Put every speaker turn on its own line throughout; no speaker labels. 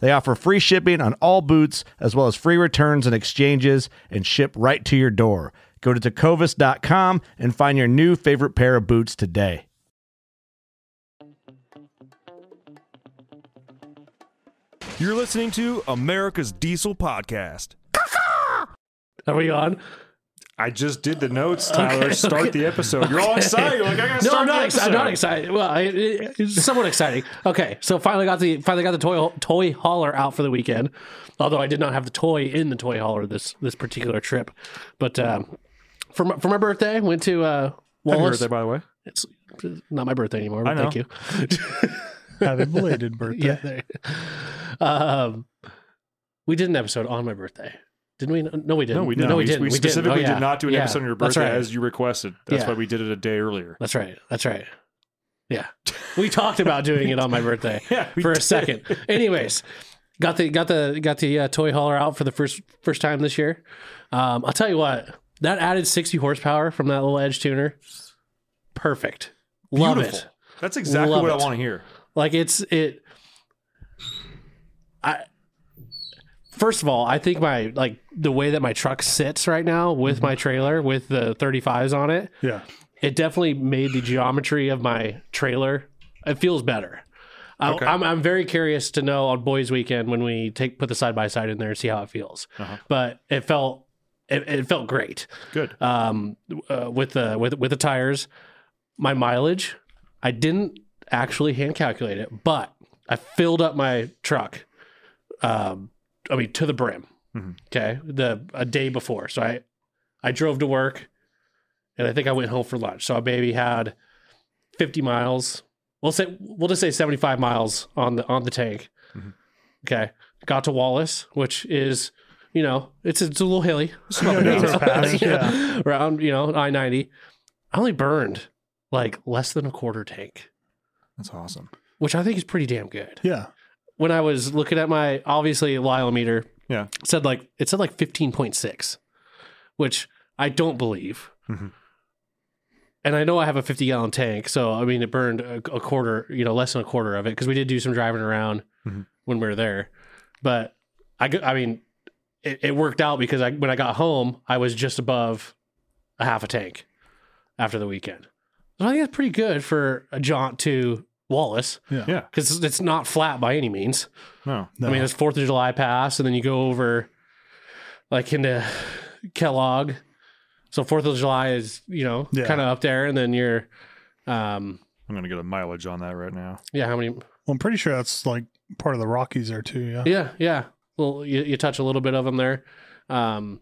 They offer free shipping on all boots, as well as free returns and exchanges, and ship right to your door. Go to tecovas.com and find your new favorite pair of boots today.
You're listening to America's Diesel Podcast.
Are we on?
I just did the notes, Tyler. Start the episode. You're all excited. You're like, I gotta
No,
start
I'm not,
the
ex- I'm
episode.
not excited. Well, I, it- it's somewhat exciting. Okay, so finally got the finally got the toy toy hauler out for the weekend. Although I did not have the toy in the toy hauler this this particular trip, but um, for my, for my birthday went to uh,
Happy
Wallace.
birthday, by the way.
It's not my birthday anymore.
I
But thank you.
Happy belated birthday.
Yeah. there- Um, we did an episode on my birthday, didn't we? No, we didn't.
No, we didn't.
No, we,
we,
didn't.
we
didn't. Oh,
specifically
yeah.
did not do an
Yeah,
episode on your
that's
birthday
right.
as you requested. That's
Yeah.
why we did it a day earlier.
That's right. That's right. Yeah. We talked about doing it on my birthday
Yeah, we
for a
did.
second. Anyways, got the got the got the uh, toy hauler out for the first first time this year. Um, I'll tell you what. That added 60 horsepower from that little edge tuner. Perfect. Love
Beautiful.
it.
That's exactly
Love
what I
it.
want to hear.
Like it's it. I first of all, I think my like the way that my truck sits right now with
Mm-hmm.
my trailer with the 35s on it,
Yeah.
it definitely made the geometry of my trailer. It feels better. I,
Okay.
I'm, I'm very curious to know on Boys Weekend when we take put the side by side in there and see how it feels. But it felt it, it felt great
Good.
um, uh, with the with with the tires. My mileage, I didn't actually hand calculate it, but I filled up my truck. Um, I mean, to the brim.
Mhm.
Okay, the a day before, so I I drove to work, and I think I went home for lunch. So I maybe had fifty miles. We'll say we'll just say seventy five miles on the on the tank.
Mhm.
Okay, got to Wallace, which is you know it's it's a little hilly
You know, it's a pass. Yeah.
yeah. around you know I ninety. I only burned like less than a quarter tank,
That's awesome.
which I think is pretty damn good.
Yeah.
When I was looking at my obviously Lyle meter,
Yeah.
said like it said like fifteen point six, which I don't believe.
Mhm.
And I know I have a fifty gallon tank, so I mean it burned a, a quarter, you know, less than a quarter of it because we did do some driving around
Mhm.
when we were there. But I, go- I mean, it, it worked out because I when I got home, I was just above a half a tank after the weekend. So I think that's pretty good for a jaunt to Wallace
Yeah.
because it's not flat by any means.
No.
No.
I mean, it's Fourth of July pass, and then you go over like into Kellogg. So Fourth of July is you know
Yeah.
kind of up there, and then you're, um,
I'm gonna get a mileage on that right now.
yeah, how many?
well, I'm pretty sure that's like part of the Rockies there too. Yeah.
Yeah, yeah. Well, you, you touch a little bit of them there, um,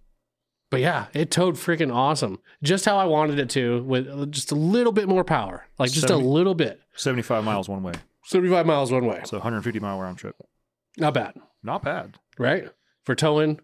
but yeah, it towed freaking awesome, just how I wanted it to, with just a little bit more power, like just
Seventy-
a little bit.
75 miles one way,
Seventy-five miles one way,
so 150 mile round trip.
not bad.
Not bad.
right? For towing.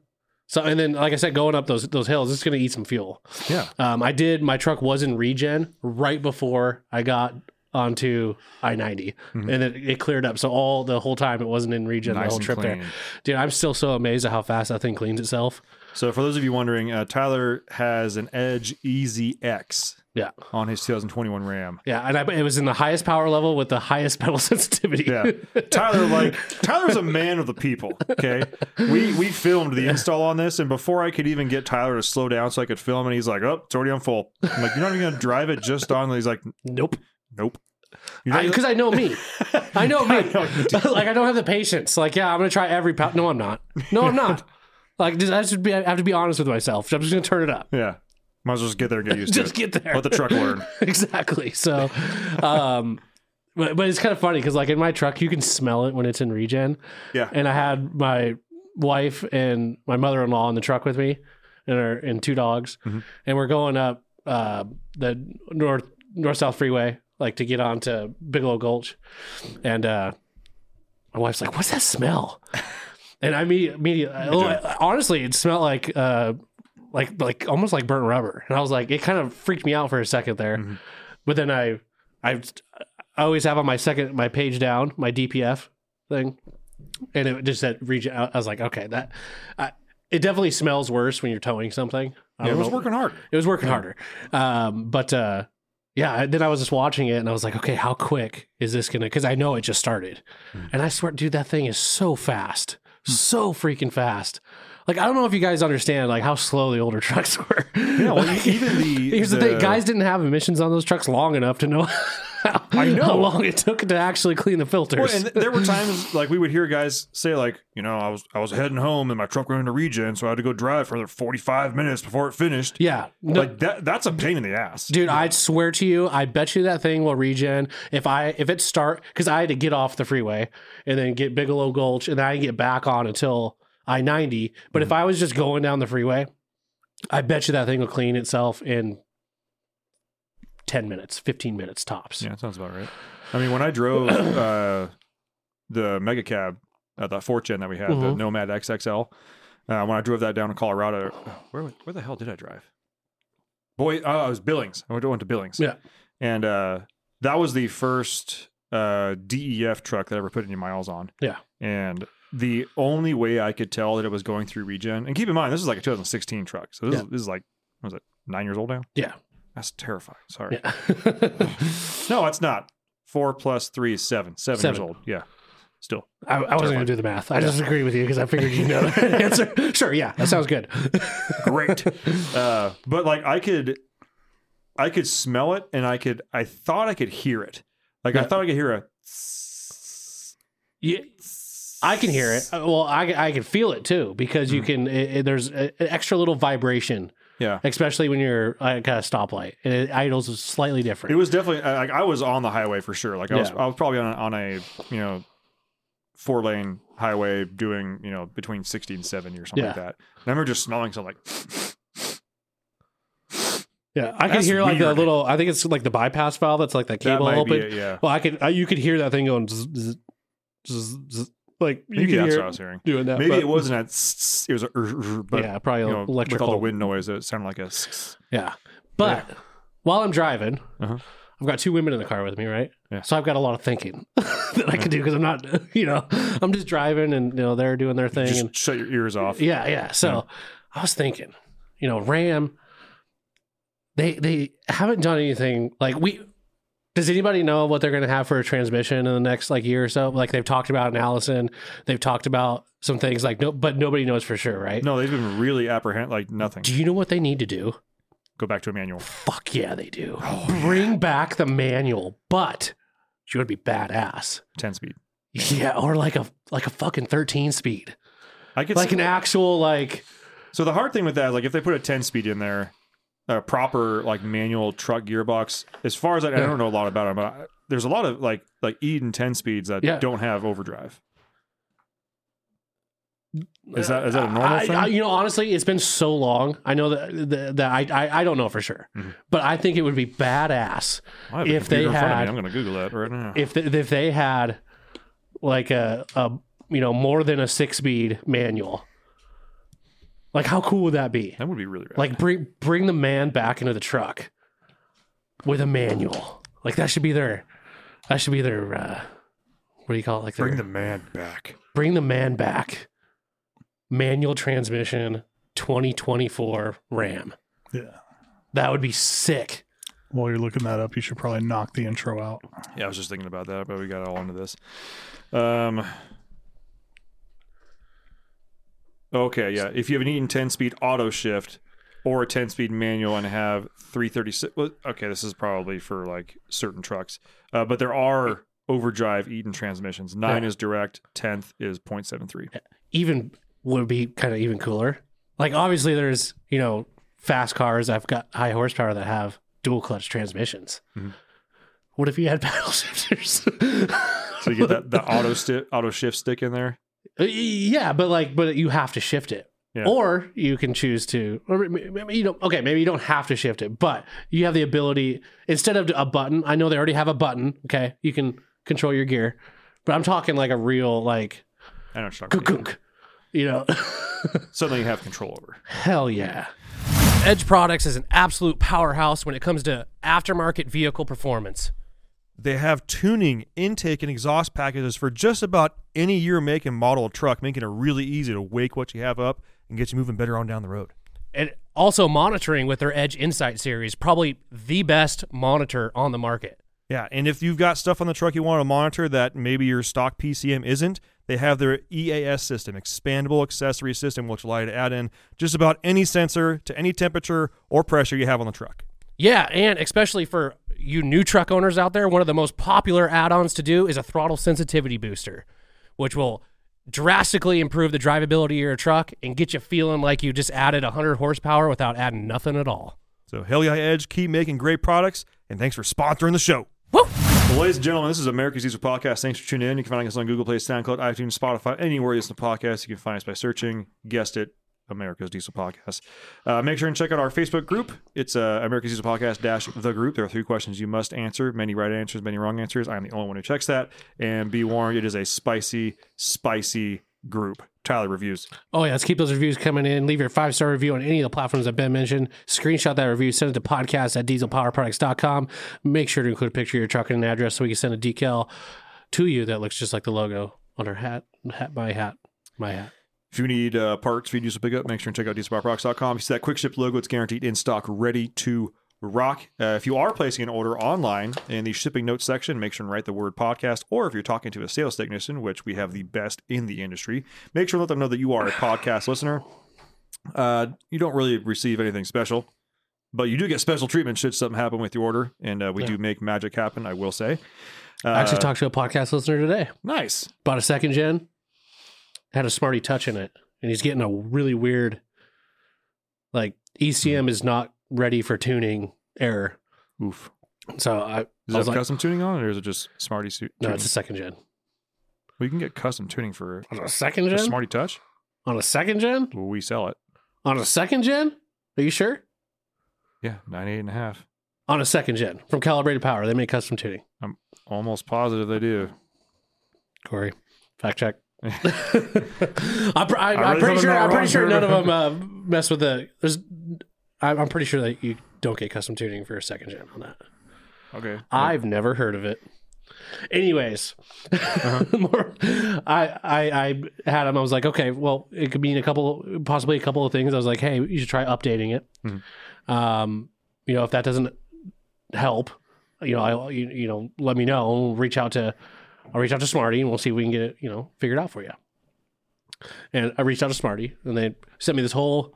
So and then like I said, going up those those hills, it's gonna eat some fuel.
Yeah.
Um, I did my truck was in regen right before I got onto I 90
Mhm.
and it, it cleared up. So all the whole time it wasn't in regen the
nice
whole
and
trip
clean.
there. Dude, I'm still so amazed at how fast that thing cleans itself.
So for those of you wondering, uh, Tyler has an Edge Easy X
Yeah.
on his 2021 Ram.
Yeah. And I, it was in the highest power level with the highest pedal sensitivity.
Yeah, Tyler, like Tyler's a man of the people. Okay, we we filmed the install on this, and before I could even get Tyler to slow down so I could film, and he's like, "Oh, it's already on full." I'm like, "You're not even gonna drive it just on?" He's like,
Nope.
"Nope." You're not-
Because I, know me. I know me. like, I don't have the patience. Like, yeah, I'm going to try every power. No, I'm not. No, I'm not. Like, just, I, should be, I have to be honest with myself. I'm just going to turn it up.
yeah, might as well just get there and get used
Just
to it.
get there.
Let the truck learn.
exactly. So, um, but, but it's kind of funny because like in my truck, you can smell it when it's in regen.
Yeah.
And I had my wife and my mother in law in the truck with me, and our and two dogs,
Mm-hmm.
and we're going up uh, the north north south freeway like to get onto Bigelow Gulch, and uh, my wife's like, "What's that smell?" And I mean, immediately, oh, honestly, it smelled like uh, like like almost like burnt rubber. And I was like, it kind of freaked me out for a second there.
Mm-hmm.
But then I I I always have on my second my page down my DPF thing, and it just said region. I I was like, okay, that I, it definitely smells worse when you're towing something. I
Yeah, it
don't
was
know.
working hard.
It was working harder. Um, but uh, yeah, I- then I was just watching it and I was like, okay, how quick is this gonna? Because I know it just started,
Hmm.
and I swear, dude, that thing is so fast, so freaking fast. Like I don't know if you guys understand like how slow the older trucks were.
Yeah, well, e-,
Like,
even the
here's the, thing: guys didn't have emissions on those trucks long enough to know. How, how
know.
long it took to actually clean the filters.
Well, and there were times like we would hear guys say like, you know, I was I was heading home and my truck ran into regen, so I had to go drive for another 45 minutes before it finished.
yeah, no,
Like that that's a pain in the ass.
Dude, I swear to you, I bet you that thing will regen if I if it start because I had to get off the freeway and then get Bigelow Gulch and then I didn't get back on until I ninety. But if I was just going down the freeway, I bet you that thing will clean itself in ten minutes, fifteen minutes tops.
Yeah, that sounds about right. I mean, when I drove uh, the mega cab, uh, the Fortune that we had, the
Mhm.
Nomad XXL, uh, when I drove that down to Colorado, where where the hell did I drive? Boy, oh, I was Billings. I went to- went to Billings.
Yeah.
and uh, that was the first uh, DEF truck that I ever put any miles on.
Yeah.
and the only way I could tell that it was going through regen, and keep in mind this is like a 2016 truck, so this,
Yeah.
is, this is like what was it nine years old now?
Yeah.
That's terrifying. Sorry.
Yeah.
No, it's not. Four plus three is seven. Seven,
Seven.
years old. Yeah. Still.
I, I wasn't gonna do the math. I just agree with you because I figured you know the answer. Sure, yeah, that sounds good.
Great. uh, but like I could I could smell it and I could I thought I could hear it. Like I
Yeah.
thought I could hear a
Yeah, I can hear it. Uh, Well, I, I can feel it too because you can. It, it- there's a, an extra little vibration,
Mm. yeah.
especially when you're at a stoplight. And it idles is slightly
It
different.
was definitely I- like I was on the highway for sure. Like I was
Yeah.
I was probably on a, on a you know four lane highway doing you know between sixty and seventy or something like
Yeah.
that. And I remember just smelling something like
yeah, I can
That's
hear like the
weird.
little. I think it's like the bypass valve that's like the
that
cable
might
open.
be it. Yeah,
Well, I could. I, you could hear that thing going. Zzz, zzz, zzz, zzz. Like you
maybe
could
that's
hear
what I
it
was hearing.
doing that.
Maybe
Uh, but-
it wasn't a it was a but
yeah, probably
you know, with all
electrical.
the wind noise, it sounded like a. s-
Yeah. But while I'm driving,
Uh-huh.
I've got two women in the car with me, right?
Yeah.
So I've got a lot of thinking that I can do because I'm not, you know, I'm just driving and, you know, they're doing their thing.
Just
and
shut your ears off.
yeah, yeah. So I was thinking, you know, Ram, they they haven't done anything like we. Does anybody know what they're going to have for a transmission in the next like year or so? Like they've talked about an Allison, they've talked about some things like no, but nobody knows for sure, right?
No, they've been really apprehend like nothing.
Do you know what they need to do?
Go back to a manual.
Fuck yeah, they do.
Oh,
Bring back the manual, but you want to be badass.
Ten speed.
Yeah, or like a like a fucking thirteen speed,
I could
like
see-
an actual like
so the hard thing with that is like if they put a ten speed in there, a proper like manual truck gearbox. As far as I, I
Yeah.
don't know a lot about them, but I, there's a lot of like like Eden ten speeds that
Yeah.
don't have overdrive. Is that is that a normal
I-
thing?
I- you know, honestly, it's been so long. I know that that, that I, I I don't know for sure,
Mm-hmm.
but I think it would be badass
I have a
if they
computer in front of me.
had-
I'm going to Google that right now.
if they, if they had like a a you know more than a six speed manual. Like, how cool would that be?
that would be really rad.
Like bring bring the man back into the truck with a manual. Like that should be their that should be their uh what do you call it? Like their,
the man back.
bring the man back. Manual transmission, 2024 Ram.
Yeah.
That would be sick.
While you're looking that up, you should probably knock the intro out.
Yeah, I was just thinking about that, but we got all into this. Um. Okay, yeah. If you have an Eaton 10 speed auto shift or a 10 speed manual and have 336, well, okay, this is probably for like certain trucks, uh, but there are overdrive Eaton transmissions. Nine
Yeah.
is direct, 10th is 0.73.
Even would be kind of even cooler. Like obviously there's, you know, fast cars I've got high horsepower that have dual clutch transmissions. What if you had paddle shifters?
So you get that, the auto, sti- auto shift stick in there.
Uh, yeah, but like but you have to shift it.
Yeah.
Or you can choose to, or m- m- you don't. Okay, maybe you don't have to shift it, but you have the ability instead of a button. I know they already have a button. Okay, you can control your gear, but I'm talking like a real like,
I don't know. what you're talking about.
gunk, you know.
Something you have control over.
Hell yeah. Edge Products is an absolute powerhouse when it comes to aftermarket vehicle performance.
They have tuning, intake, and exhaust packages for just about any year, make, and model of truck, making it really easy to wake what you have up and get you moving better on down the road.
and also monitoring with their Edge Insight series, probably the best monitor on the market.
Yeah, and if you've got stuff on the truck you want to monitor that maybe your stock PCM isn't, they have their EAS system, expandable accessory system, which allow you to add in just about any sensor to any temperature or pressure you have on the truck.
Yeah, and especially for you new truck owners out there, one of the most popular add-ons to do is a throttle sensitivity booster, which will drastically improve the drivability of your truck and get you feeling like you just added 100 horsepower without adding nothing at all.
So Hell Yeah Edge, keep making great products, and thanks for sponsoring the show.
Well, ladies and gentlemen, this is America's Diesel Podcast. Thanks for tuning in. You can find us on Google Play, SoundCloud, iTunes, Spotify, anywhere you listen to podcasts. You can find us by searching, guessed it, America's Diesel Podcast. Uh, make sure and check out our Facebook group. It's uh, America's Diesel Podcast dash the group. There are three questions you must answer. Many right answers, many wrong answers. I'm the only one who checks that. And be warned, it is a spicy, spicy group. Tyler reviews.
Oh, yeah. Let's keep those reviews coming in. Leave your five star review on any of the platforms that Ben mentioned. Screenshot that review, send it to podcast at dieselpowerproducts.com. Make sure to include a picture of your truck and an address so we can send a decal to you that looks just like the logo on our hat, hat my hat, my hat.
If you need uh, parts for your diesel pickup, make sure and check out dieselpowerproducts.com. You see that quick ship logo, it's guaranteed in stock, ready to rock. Uh, if you are placing an order online in the shipping notes section, make sure and write the word podcast. Or if you're talking to a sales technician, which we have the best in the industry, make sure and let them know that you are a podcast listener. Uh, you don't really receive anything special, but you do get special treatment should something happen with your order. And uh, we do make magic happen, I will say. Uh,
I actually talked to a podcast listener today.
nice.
Bought a second gen, had a smarty touch in it, and he's getting a really weird, like ECM is not ready for tuning error.
Oof.
So I,
Is
I
that
was like,
custom tuning on, or is it just Smarty suit?
no,
tuning?
it's a second gen.
we can get custom tuning for
On a second
A
gen?
Smarty Touch?
On a second gen?
Well, we sell it.
On a second gen? Are you sure?
Yeah, 98 and a half.
On a second gen from Calibrated Power. They make custom tuning.
Almost positive they do.
Corey, fact check. I'm, pr-
I
I, I'm
really hope I'm
pretty sure.
not
I'm
wrong
pretty sure
here.
none of them uh, mess with the. There's. I'm I'm pretty sure that you don't get custom tuning for a second gen on that.
Okay.
I've never heard of it. Anyways, more, I, I I had him. I was like, okay, well, it could mean a couple, possibly a couple of things. I was like, hey, you should try updating it. Um, you know, if that doesn't help, you know, I you, you know, let me know. and We'll reach out to, I'll reach out to Smarty, and we'll see if we can get it, you know, figured out for you. And I reached out to Smarty, and they sent me this whole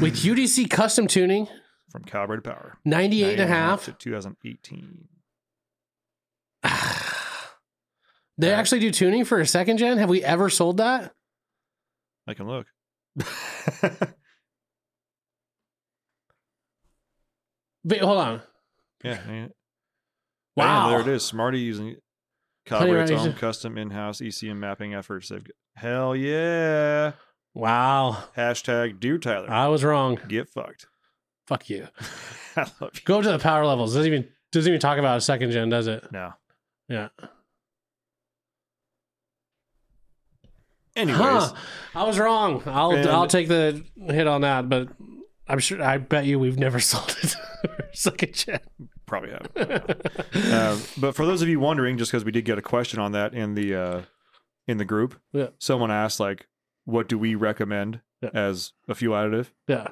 with UDC custom tuning,
From Calibrated Power.
98 and a
98
half.
to 2018.
They
Right.
actually do tuning for a second gen. Have we ever sold that?
I can look.
But hold on.
yeah. I mean,
Wow.
Damn, there it is. Smarty using
Plenty
Calibrate's
around
own
using-
custom in house ECM mapping efforts. They've got, hell yeah.
Wow.
Hashtag Dear Tyler.
I was wrong.
get fucked.
Fuck you.
I love you.
Go up to the power levels. Doesn't even doesn't even talk about a second gen, does it?
Now,
Yeah.
anyways,
Huh. I was wrong. I'll
And-
I'll take the hit on that, but I'm sure I bet you we've never sold it for second gen.
probably have. Um, but for those of you wondering, just because we did get a question on that in the uh, in the group,
Yeah.
someone asked like, "What do we recommend
Yeah.
as a fuel additive.
Yeah.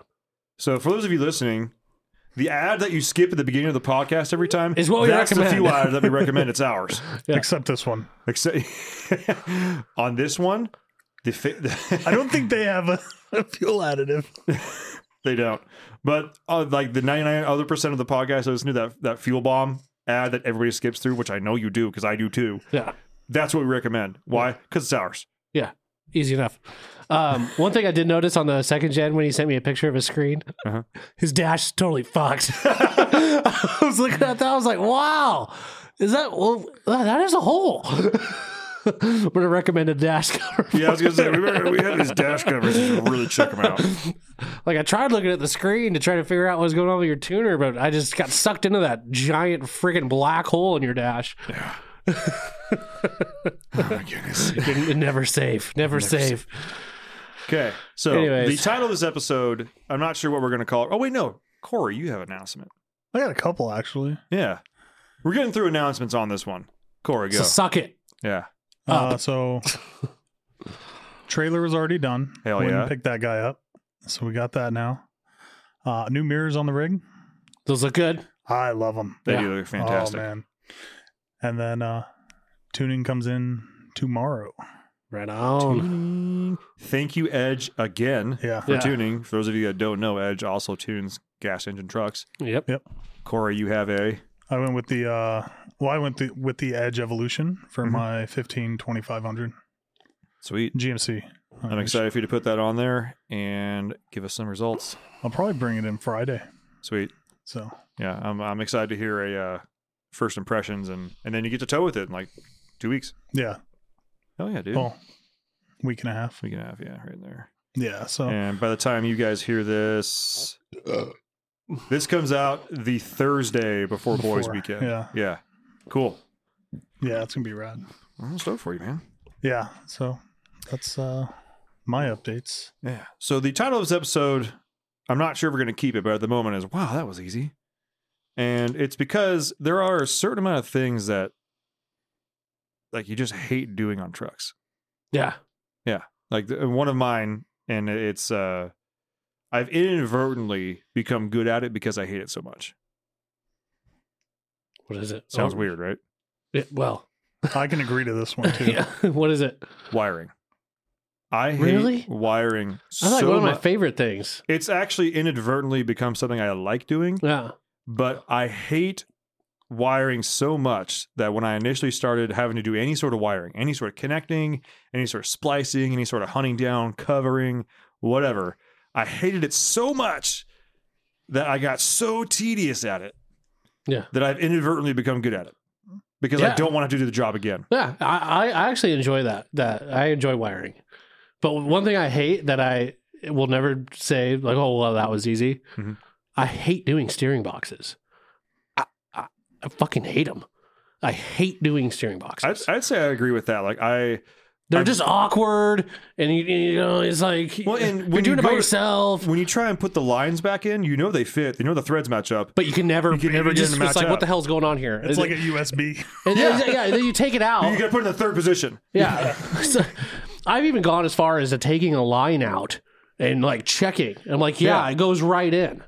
So for those of you listening, the ad that you skip at the beginning of the podcast every time
Is what we
that's the
recommend.
fuel additive that we recommend. It's ours.
Except this one.
Except on this one, the fa-
I don't think they have a, a fuel additive.
They don't. But uh, like the 99 other percent of the podcast I listen to that that fuel bomb ad that everybody skips through, which I know you do because I do too.
Yeah.
That's what we recommend. Why? Because it's ours.
Yeah. Easy enough. Um, one thing I did notice on the second gen when he sent me a picture of his screen, his dash is totally fucked. I was looking at that. I was like, wow, is that, well, that is a hole. I'm going to recommend a dash cover.
Yeah, I was gonna say we, better- we had these dash covers. You should really check them out.
Like I tried looking at the screen to try to figure out what was going on with your tuner, but I just got sucked into that giant freaking black hole in your dash. You're never safe. Oh, Never, safe.
Okay, so
Anyways.
the title of this episode, I'm not sure what we're gonna call it. Oh wait, no, Corey, you have an announcement.
I got a couple actually.
Yeah, we're getting through announcements on this one. Corey, go.
So suck it.
yeah,
Uh, so trailer was already done.
Hell
Wouldn't
yeah.
pick that guy up. So we got that now. Uh, new mirrors on the rig.
Those look good.
I love them.
they
Yeah.
do look fantastic.
Oh man. And then uh tuning comes in tomorrow.
Right on.
Tuning. Thank you, Edge, again
Yeah.
for
Yeah.
tuning. For those of you that don't know, Edge also tunes gas engine trucks.
Yep.
Corey, you have a
I went with the uh well I went the, with the Edge Evolution for
Mhm.
my 15 2500
sweet.
GMC.
I'm excited for you to put that on there and give us some results.
I'll probably bring it in Friday.
Sweet.
So
Yeah, I'm I'm excited to hear a uh, first impressions and and then you get to tow with it in like two weeks.
yeah.
Oh yeah, dude.
Well, week and a half.
We can have yeah right there.
Yeah. So
And by the time you guys hear this, this comes out the Thursday before, Boys
Before,
Weekend.
yeah.
yeah, cool.
yeah, it's gonna be rad.
I'm stoked for you, man.
Yeah. So that's uh my updates.
Yeah. So the title of this episode, I'm not sure if we're going to keep it, but at the moment is wow, that was easy. And it's because there are a certain amount of things that like you just hate doing on trucks.
Yeah.
Like th- uh, one of mine and it's uh I've inadvertently become good at it because I hate it so much.
What is it?
Sounds
Oh,
weird, right?
it- well,
I can agree to this one too.
yeah. What is it?
Wiring. I hate
Really?
wiring
I like
so
one of my
much.
favorite things.
it's actually inadvertently become something I like doing.
Yeah.
but I hate wiring so much that when I initially started having to do any sort of wiring, any sort of connecting, any sort of splicing, any sort of hunting down, covering, whatever, I hated it so much that I got so tedious at it.
Yeah.
That I've inadvertently become good at it. Because I
Yeah.
don't want to do the job again.
Yeah. I, I I actually enjoy that. That I enjoy wiring. But one thing I hate that I will never say like, oh well, that was easy.
Mhm.
I hate doing steering boxes. I, I I fucking hate them. I hate doing steering boxes.
I'd, I'd say I agree with that. Like I
They're
I've-
just awkward, and you, you know it's like
Well, and
you're
when
doing
you
it by
go to-
yourself,
when you try and put the lines back in, you know they fit. You know the threads match up.
but you can never,
You can
never
never get
just.
them to
It's
match
like
up.
what the hell's going on here?
It's like a USB.
yeah, yeah. and Then you take it out.
You got to put it in the third position.
Yeah. So, I've even gone as far as to taking a line out and like checking. I'm like, yeah,
Yeah.
it goes right in.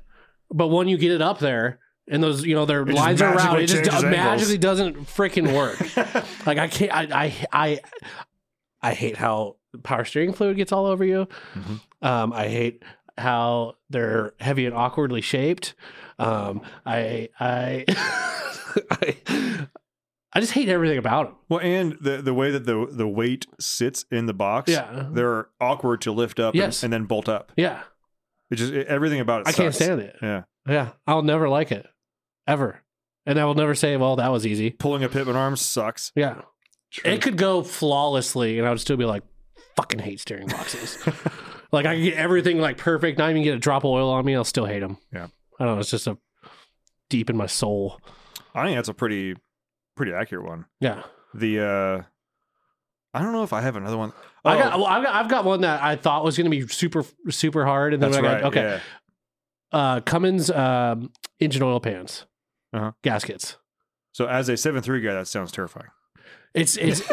But when you get it up there and those, you know, their
just
lines are round,
magically
it just
changes angles.
magically doesn't freaking work. like I can't, I, I, I, I hate how power steering fluid gets all over you.
Mm-hmm.
Um, I hate how they're heavy and awkwardly shaped. Um, I, I, I, I just hate everything about them.
Well, and the the way that the the weight sits in the box,
Yeah.
they're awkward to lift up and-
Yes.
and, then bolt up.
Yeah.
It just it- everything about it.
I can't
sucks.
stand it.
Yeah,
Yeah, I'll never like it ever, and I will never say, "Well, that was easy."
pulling a Pitman arm sucks.
Yeah, it could go flawlessly, and I would still be like, "Fucking hate steering boxes." like I could get everything like perfect, not even get a drop of oil on me. I'll still hate them.
Yeah.
I don't know. It's just a deep in my soul.
I think that's a pretty pretty accurate one.
Yeah,
The uh I don't know if I have another one.
I
Oh,
got. Well, I've got. I've got one that I thought was going to be super, super hard, and then
that's
when I
right.
got okay.
yeah.
Uh, Cummins um, engine oil pans,
Uh-huh.
gaskets.
So as a seven three guy, that sounds terrifying.
It's it's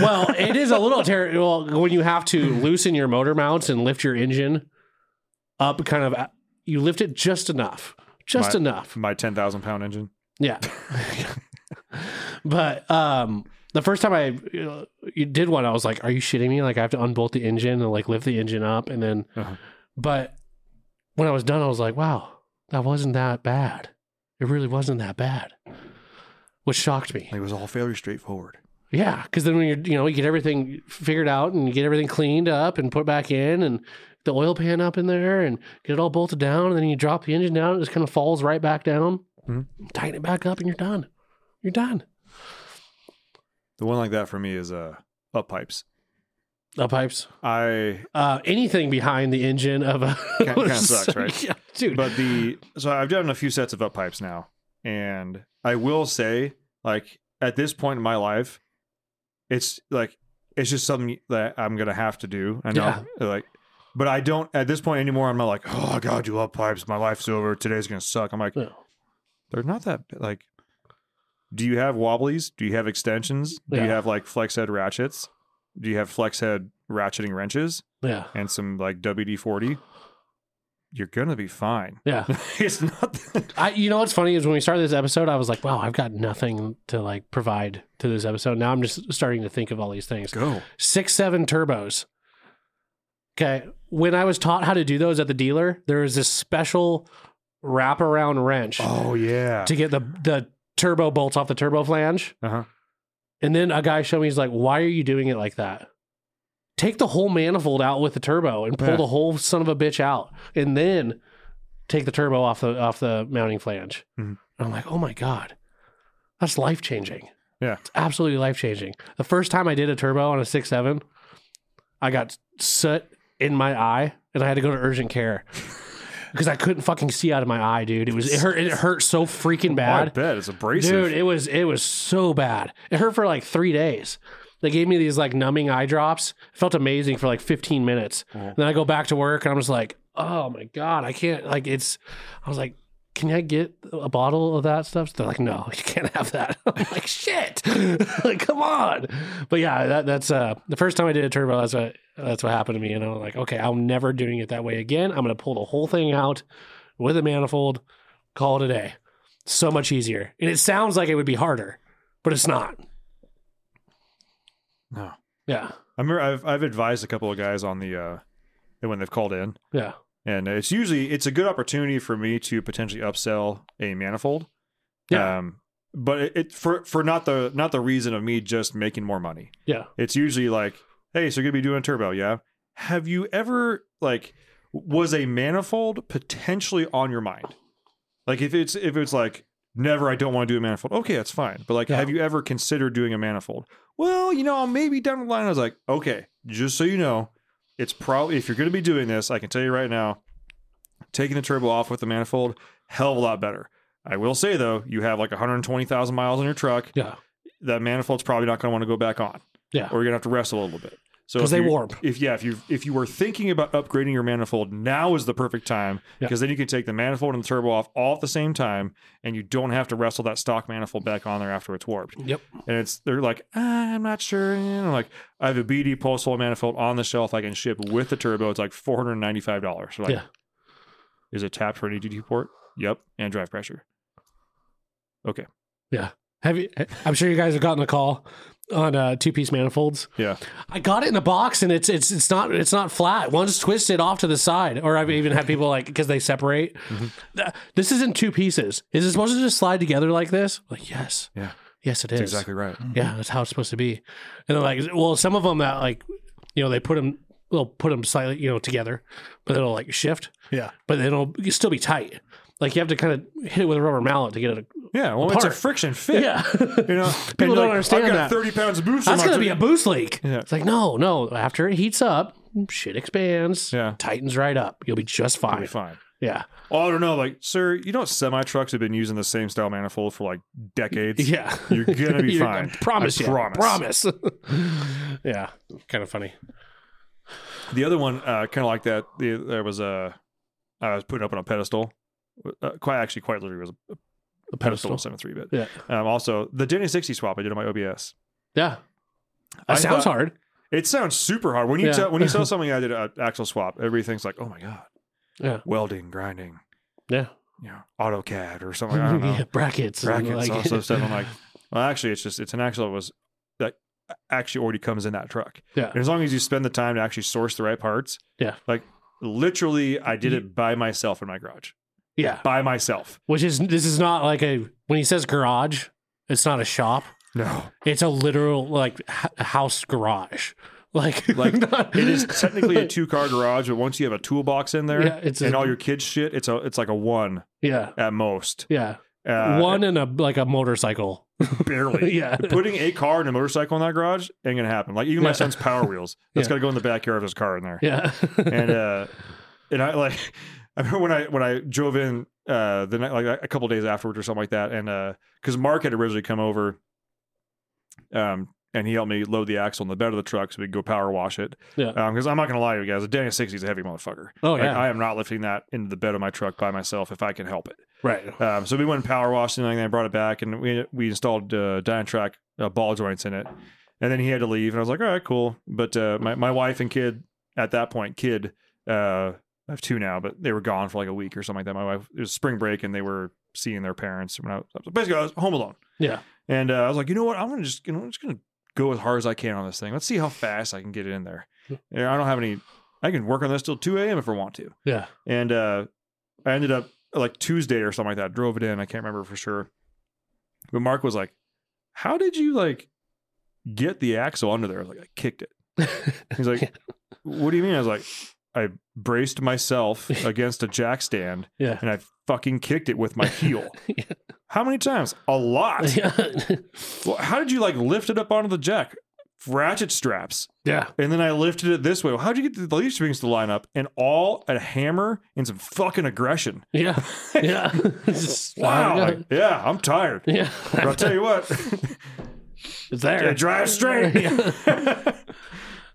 well, it is a little terrible well, when you have to loosen your motor mounts and lift your engine up. Kind of, uh, you lift it just enough, just
My-
enough.
My ten thousand pound engine.
Yeah. but um the first time I you, know, you did one, I was like, "Are you shitting me?" Like I have to unbolt the engine and like lift the engine up, and then.
Uh-huh.
But when I was done, I was like, "Wow, that wasn't that bad. It really wasn't that bad," which shocked me.
It was all fairly straightforward.
Yeah, because then when you're you know you get everything figured out and you get everything cleaned up and put back in and the oil pan up in there and get it all bolted down and then you drop the engine down and it just kind of falls right back down,
Mm-hmm.
tighten it back up and you're done. You're done.
The one like that for me is uh up pipes.
Up pipes.
I
Uh, anything behind the engine of a
kinda sucks, right?
Yeah, dude.
but the so I've done a few sets of up pipes now, and I will say, like at this point in my life, it's like it's just something that I'm gonna have to do. I know, like, but I don't at this point anymore. I'm not like, oh, I gotta do up pipes. My life's over. Today's gonna suck. I'm like,
Yeah.
they're not that like. Do you have wobblies? Do you have extensions? Do you
Yeah.
have like flex head ratchets? Do you have flex head ratcheting wrenches
yeah,
and some like WD forty? You're gonna be fine.
yeah.
it's not.
I, you know what's funny is when we started this episode, I was like, wow, I've got nothing to like provide to this episode. Now I'm just starting to think of all these things.
Go.
Six seven turbos. Okay, when I was taught how to do those at the dealer, there was this special wraparound wrench
Oh yeah.
to get the the turbo bolts off the turbo flange.
Uh-huh.
And then a guy showed me, he's like, why are you doing it like that? Take the whole manifold out with the turbo and pull
Yeah.
the whole son of a bitch out. And then take the turbo off the off the mounting flange.
Mhm.
And I'm like, oh my God. That's life changing.
Yeah.
It's absolutely life changing. The first time I did a turbo on a six seven, I got soot in my eye and I had to go to urgent care. Because I couldn't fucking see out of my eye, dude. It was it hurt. It hurt so freaking
I
bad.
bet it's abrasive.
Dude, it was it was so bad. It hurt for like three days. They gave me these like numbing eye drops. It felt amazing for like 15 minutes. And then I go back to work and I'm just like, oh my God, I can't like it's I was like, can I get a bottle of that stuff? They're like, no, you can't have that. I'm like, shit. like, come on. But yeah, that, that's uh the first time I did a turbo, that's what that's what happened to me. And I'm like, okay, I'm never doing it that way again. I'm gonna pull the whole thing out with a manifold, call it a day so much easier. And it sounds like it would be harder, but it's not.
No.
Yeah.
I remember I've I've advised a couple of guys on the uh when they've called in,
Yeah.
and it's usually it's a good opportunity for me to potentially upsell a manifold.
Yeah.
Um, but it, it for for not the not the reason of me just making more money.
Yeah.
It's usually like, hey, so you're gonna be doing a turbo, yeah? Have you ever like was a manifold potentially on your mind? Like if it's if it's like never, I don't want to do a manifold. Okay, that's fine. But like,
Yeah.
have you ever considered doing a manifold? Well, you know, maybe down the line, I was like, okay, just so you know, it's probably if you're gonna be doing this, I can tell you right now, taking the turbo off with the manifold, hell of a lot better. I will say though, you have like 120,000 miles on your truck.
Yeah.
That manifold's probably not going to want to go back on
Yeah.
or you're gonna have to wrestle a little bit. So
'Cause
if
they
you-
warp.
If yeah, if you if you were thinking about upgrading your manifold, now is the perfect time
Yeah.
because then you can take the manifold and the turbo off all at the same time, and you don't have to wrestle that stock manifold back on there after it's warped.
Yep.
And it's they're like, ah, I'm not sure. And I'm like, I have a BD pulse hole manifold on the shelf I can ship with the turbo. It's like four hundred ninety five dollars. Like,
Yeah.
is it tapped for an EGT port? Yep, and drive pressure.
Have you, I'm sure you guys have gotten a call on uh, two piece manifolds.
Yeah,
I got it in a box and it's it's it's not it's not flat. One's twisted off to the side, or I've even had people like because they separate.
Mm-hmm.
Th- This is in two pieces. Is it supposed to just slide together like this? Like yes,
Yeah.
yes, it is.
that's exactly right.
Yeah, that's how it's supposed to be. And then like, well, some of them that like, you know, they put them, they'll put them slightly, you know, together, but it'll like shift.
Yeah.
But it'll still be tight. Like you have to kind of hit it with a rubber mallet to get it.
Yeah, well, it's a
Apart.
friction fit. You know,
People
And you're
don't
like,
understand
I've got
that.
thirty pounds of boost.
That's
on my
gonna be
tur-
a boost leak.
Yeah.
It's like no, no. After it heats up, shit expands,
Yeah.
tightens right up. You'll be just
It'll
fine.
be fine.
Yeah,
Oh, I don't know. Like, sir, you know, semi trucks have been using the same style manifold for like decades.
yeah.
You're going to be
You're-
fine.
I promise
I
you. Promise. yeah, kind of funny.
The other one, uh, kind of like that, the, there was a, I was putting up on a pedestal. Uh, quite actually, quite literally, was a, a pedestal,
pedestal.
seven three bit.
Yeah.
Um, also, the Denny sixty swap I did on my OBS.
Yeah. That
I
sounds
thought-
hard.
It sounds super hard when you
Yeah.
tell when you tell something I did an axle swap. Everything's like, oh my god,
Yeah.
welding, grinding,
Yeah.
you know, AutoCAD or something. I don't know.
Yeah, brackets. and,
brackets, all sorts of stuff. I'm like, well, actually, it's just it's an axle that was that actually already comes in that truck.
Yeah.
And as long as you spend the time to actually source the right parts.
Yeah.
Like literally, I did it by myself in my garage.
yeah.
By myself.
Which is this is not like a when he says garage, it's not a shop.
No.
It's a literal like h- house garage. Like
Like
not-
it is technically a two car garage, but once you have a toolbox in there
Yeah, it's a-
and all your kids shit, it's a it's like a one
yeah
at most.
yeah
Uh,
one and a like a motorcycle.
barely.
yeah.
Putting a car and a motorcycle in that garage ain't gonna happen. Like even
Yeah.
my son's power wheels, that's
Yeah.
got to go in the backyard of his car in there.
Yeah.
and uh and i like i remember when i when i drove in uh the night like a couple days afterwards or something like that and uh because mark had originally come over um and he helped me load the axle in the bed of the truck so we could go power wash it
yeah.
because i'm not gonna lie to you guys a daniel 60 is a heavy motherfucker
Oh
Like,
yeah.
i am not lifting that into the bed of my truck by myself if i can help it
right.
um, so we went and power washed and everything. I brought it back and we we installed uh, Dynatrack uh, ball joints in it. And then he had to leave, and I was like, all right, cool. But uh, my my wife and kid at that point, kid, uh, I have two now, but they were gone for like a week or something like that. My wife it was spring break, and they were seeing their parents. When I was, basically, I was home alone.
Yeah.
And uh, I was like, you know what? I'm gonna just you know, I'm just gonna go as hard as I can on this thing. Let's see how fast I can get it in there. And I don't have any. I can work on this till 2 a.m. if I want to
Yeah.
and uh, I ended up like Tuesday or something like that. Drove it in. I can't remember for sure. But Mark was like, "How did you like get the axle under there?" I was like, "I kicked it." He's like, "What do you mean?" I was like, "I braced myself against a jack stand
Yeah.
and I fucking kicked it with my heel."
Yeah.
How many times? A lot.
yeah.
Well, how did you like lift it up onto the jack? Ratchet straps.
Yeah.
And then I lifted it this way. Well, how'd you get the leaf springs to line up? And all a hammer and some fucking aggression.
Yeah. Yeah. Just-
Wow. like, yeah, I'm tired.
Yeah.
But I'll tell you what,
It's there.
it drives straight.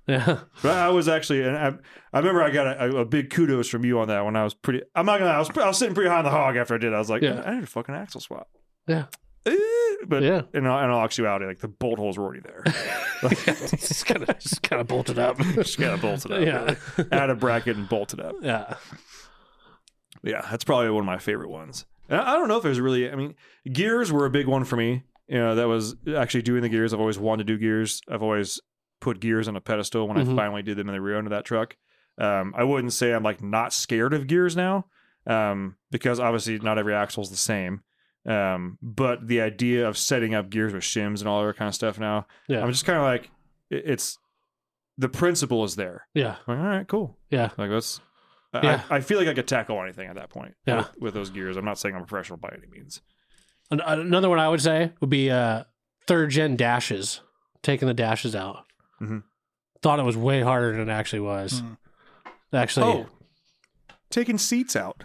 Yeah.
But I was actually, and I, I remember I got a, a big kudos from you on that when I was pretty, I'm not gonna, I was, I was sitting pretty high on the hog after I did. it. I was like,
Yeah.
I need a fucking axle swap.
Yeah.
Eh, But
Yeah.
in, all- in all actuality, like the bolt holes were already there.
just kind of just kind of bolted up.
Just gotta bolt it up.
Yeah.
Add a bracket and bolt it up.
Yeah.
Yeah, that's probably one of my favorite ones. And I I don't know if there's really. I mean, gears were a big one for me. You know, that was actually doing the gears. I've always wanted to do gears. I've always put gears on a pedestal when
Mhm.
I finally did them in the rear end of that truck. Um, I wouldn't say I'm like not scared of gears now, um, because obviously not every axle's the same. Um, but the idea of setting up gears with shims and all that kind of stuff now,
Yeah.
I'm just kind of like, it- it's the principle is there.
Yeah.
I'm like, all right, cool.
Yeah.
Like that's
Yeah.
I, I feel like I could tackle anything at that point.
Yeah.
With, with those gears. I'm not saying I'm a professional by any means.
An- another one I would say would be uh, third gen dashes, taking the dashes out.
Mhm.
Thought it was way harder than it actually was.
Mm.
Actually,
Oh. Taking seats out.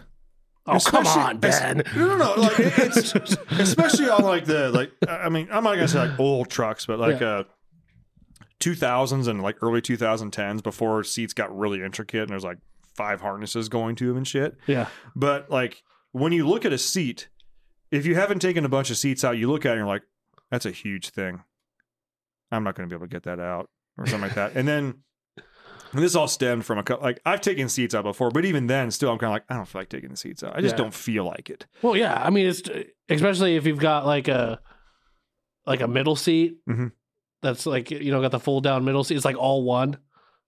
oh, come
Especially-
on, Ben.
No, no, no. Like it- it's especially on like the like I I mean, I'm not gonna say like old trucks, but like
Yeah.
uh 2000s and like early 2010s before seats got really intricate and there's like five harnesses going to them and shit.
yeah,
But like when you look at a seat, if you haven't taken a bunch of seats out, you look at it and you're like, that's a huge thing. I'm not going to be able to get that out or something like that. And then and this all stemmed from a couple, like I've taken seats out before, but even then, still, I'm kind of like, I don't feel like taking the seats out. I just
Yeah.
don't feel like it.
well, yeah. I mean, it's especially if you've got like a like a middle seat
Mhm.
that's like you know got the fold down middle seat. It's like all one,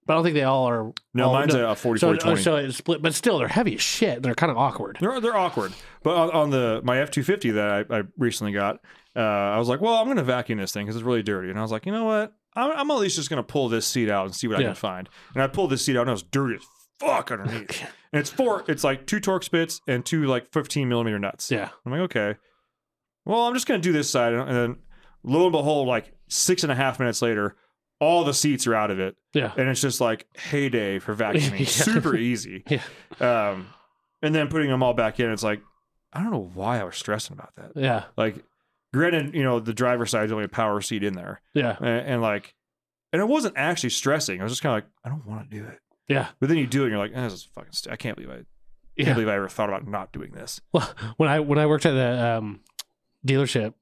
but I don't think they all are.
No,
all-
mine's a, a 40,
Oh, so,
40,
oh,
20.
so it's split, but still they're heavy as shit. They're kind of awkward.
They're they're awkward. But on, on the my F two fifty that I, I recently got, uh, I was like, well, I'm gonna vacuum this thing because it's really dirty. And I was like, you know what? I'm, I'm at least just gonna pull this seat out and see what I
Yeah.
can find. And I pulled this seat out and it was dirty as fuck underneath. and it's four. It's like two Torx bits and two like 15 millimeter nuts.
Yeah,
I'm like, okay. Well, I'm just gonna do this side, and then lo and behold, like six and a half minutes later, all the seats are out of it,
yeah,
and it's just like heyday for vacuuming.
Yeah.
Super easy.
yeah,
Um, and then putting them all back in, it's like, I don't know why I was stressing about that.
yeah,
Like, granted, you know, the driver's side's only a power seat in there.
yeah,
And, and like, and I wasn't actually stressing. I was just kind of like, I don't want to do it.
yeah.
But then you do it and you're like, eh, this is fucking, st- I can't believe I,
yeah.
can't believe I ever thought about not doing this.
Well, when I when I worked at the um, dealership,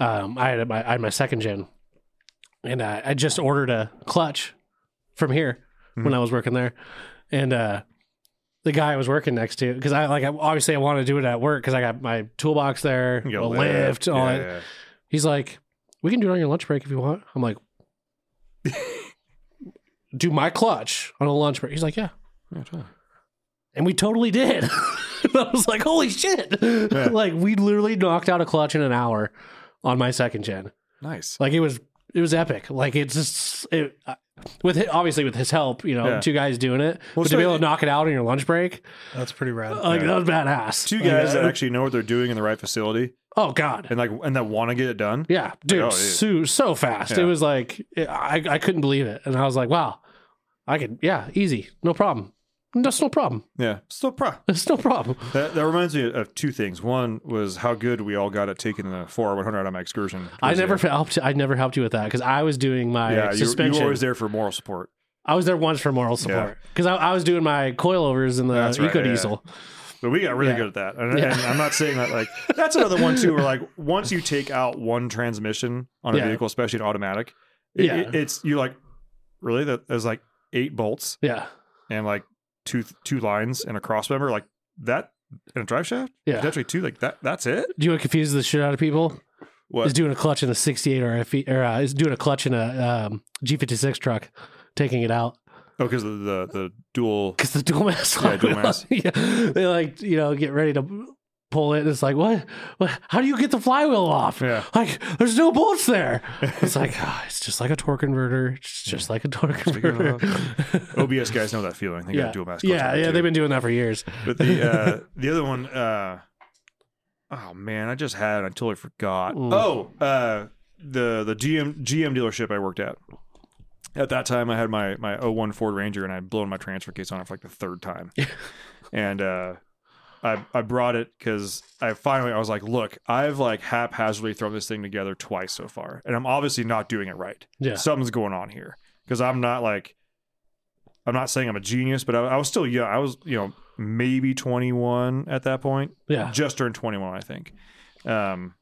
um, I had my I had my second gen, and uh, I just ordered a clutch from here
Hmm.
when I was working there, and uh, the guy I was working next to because I like I, obviously I wanted to do it at work because I got my toolbox there,
You got
a
a
lift, all
yeah,
that.
yeah.
He's like, we can do it on your lunch break if you want. I'm like, do my clutch on a lunch break. He's like, yeah. And we totally did. And I was like, holy shit. like, we literally knocked out a clutch in an hour on my second gen.
Nice.
Like, it was, it was epic. Like, it's just, it, I- with hi- obviously with his help, you know,
Yeah.
two guys doing it.
Well,
but
so
to be able
it-
to knock it out on your lunch break,
That's pretty rad.
like, that was badass.
Two guys that actually know what they're doing in the right facility
oh, God.
and like and that want to get it done.
Yeah, dude,
oh, yeah.
so so fast.
Yeah.
It was like I I couldn't believe it, and I was like, wow, I could, yeah, easy, no problem. That's no problem.
Yeah. Still pro.
That's no problem.
That, that reminds me of two things. One was how good we all got at taking the 4R100 out of my excursion.
I
towards the
never
end.
helped. I never helped you with that because I was doing my
Yeah, you, you
suspension.
were always there for moral support.
I was there once for moral support because I, I was doing my coilovers in the
That's right,
eco
yeah, yeah.
diesel.
But we got really
Yeah.
good at that. And, and I'm not saying that like that's another one too. Where like once you take out one transmission on a
Yeah.
vehicle, especially an automatic, it,
Yeah.
it- it's you're like really that there's like eight bolts
Yeah,
and like two two lines and a cross member like that and a drive shaft
Yeah.
potentially two like that. That's it.
do you know what confuses the shit out of people?
What?
Is doing a clutch in a '68 or a F- or uh, is doing a clutch in a um, G56 truck, taking it out.
Oh, because of the the dual.
because the dual mask
Yeah, dual mask.
yeah, they like you know get ready to pull it. And it's like what? what? How do you get the flywheel off?
Yeah.
Like there's no bolts there. It's like ah, it's just like a torque converter. It's just like a torque converter.
OBS guys know that feeling. They
yeah,
got dual mask. clutch
yeah,
on it,
yeah.
too.
They've been doing that for years.
But the uh, the other one, uh, oh man, I just had it. I totally forgot. Oh, uh, the the GM GM dealership I worked at. At that time, I had my my 01 Ford Ranger, and I'd blown my transfer case on it for like the third time, and uh, I I brought it because I finally I was like, look, I've like haphazardly thrown this thing together twice so far, and I'm obviously not doing it right.
Yeah.
something's going on here because I'm not like I'm not saying I'm a genius, but I, I was still young. I was, you know, maybe 21 at that point.
Yeah.
Just turned 21, I think. Um,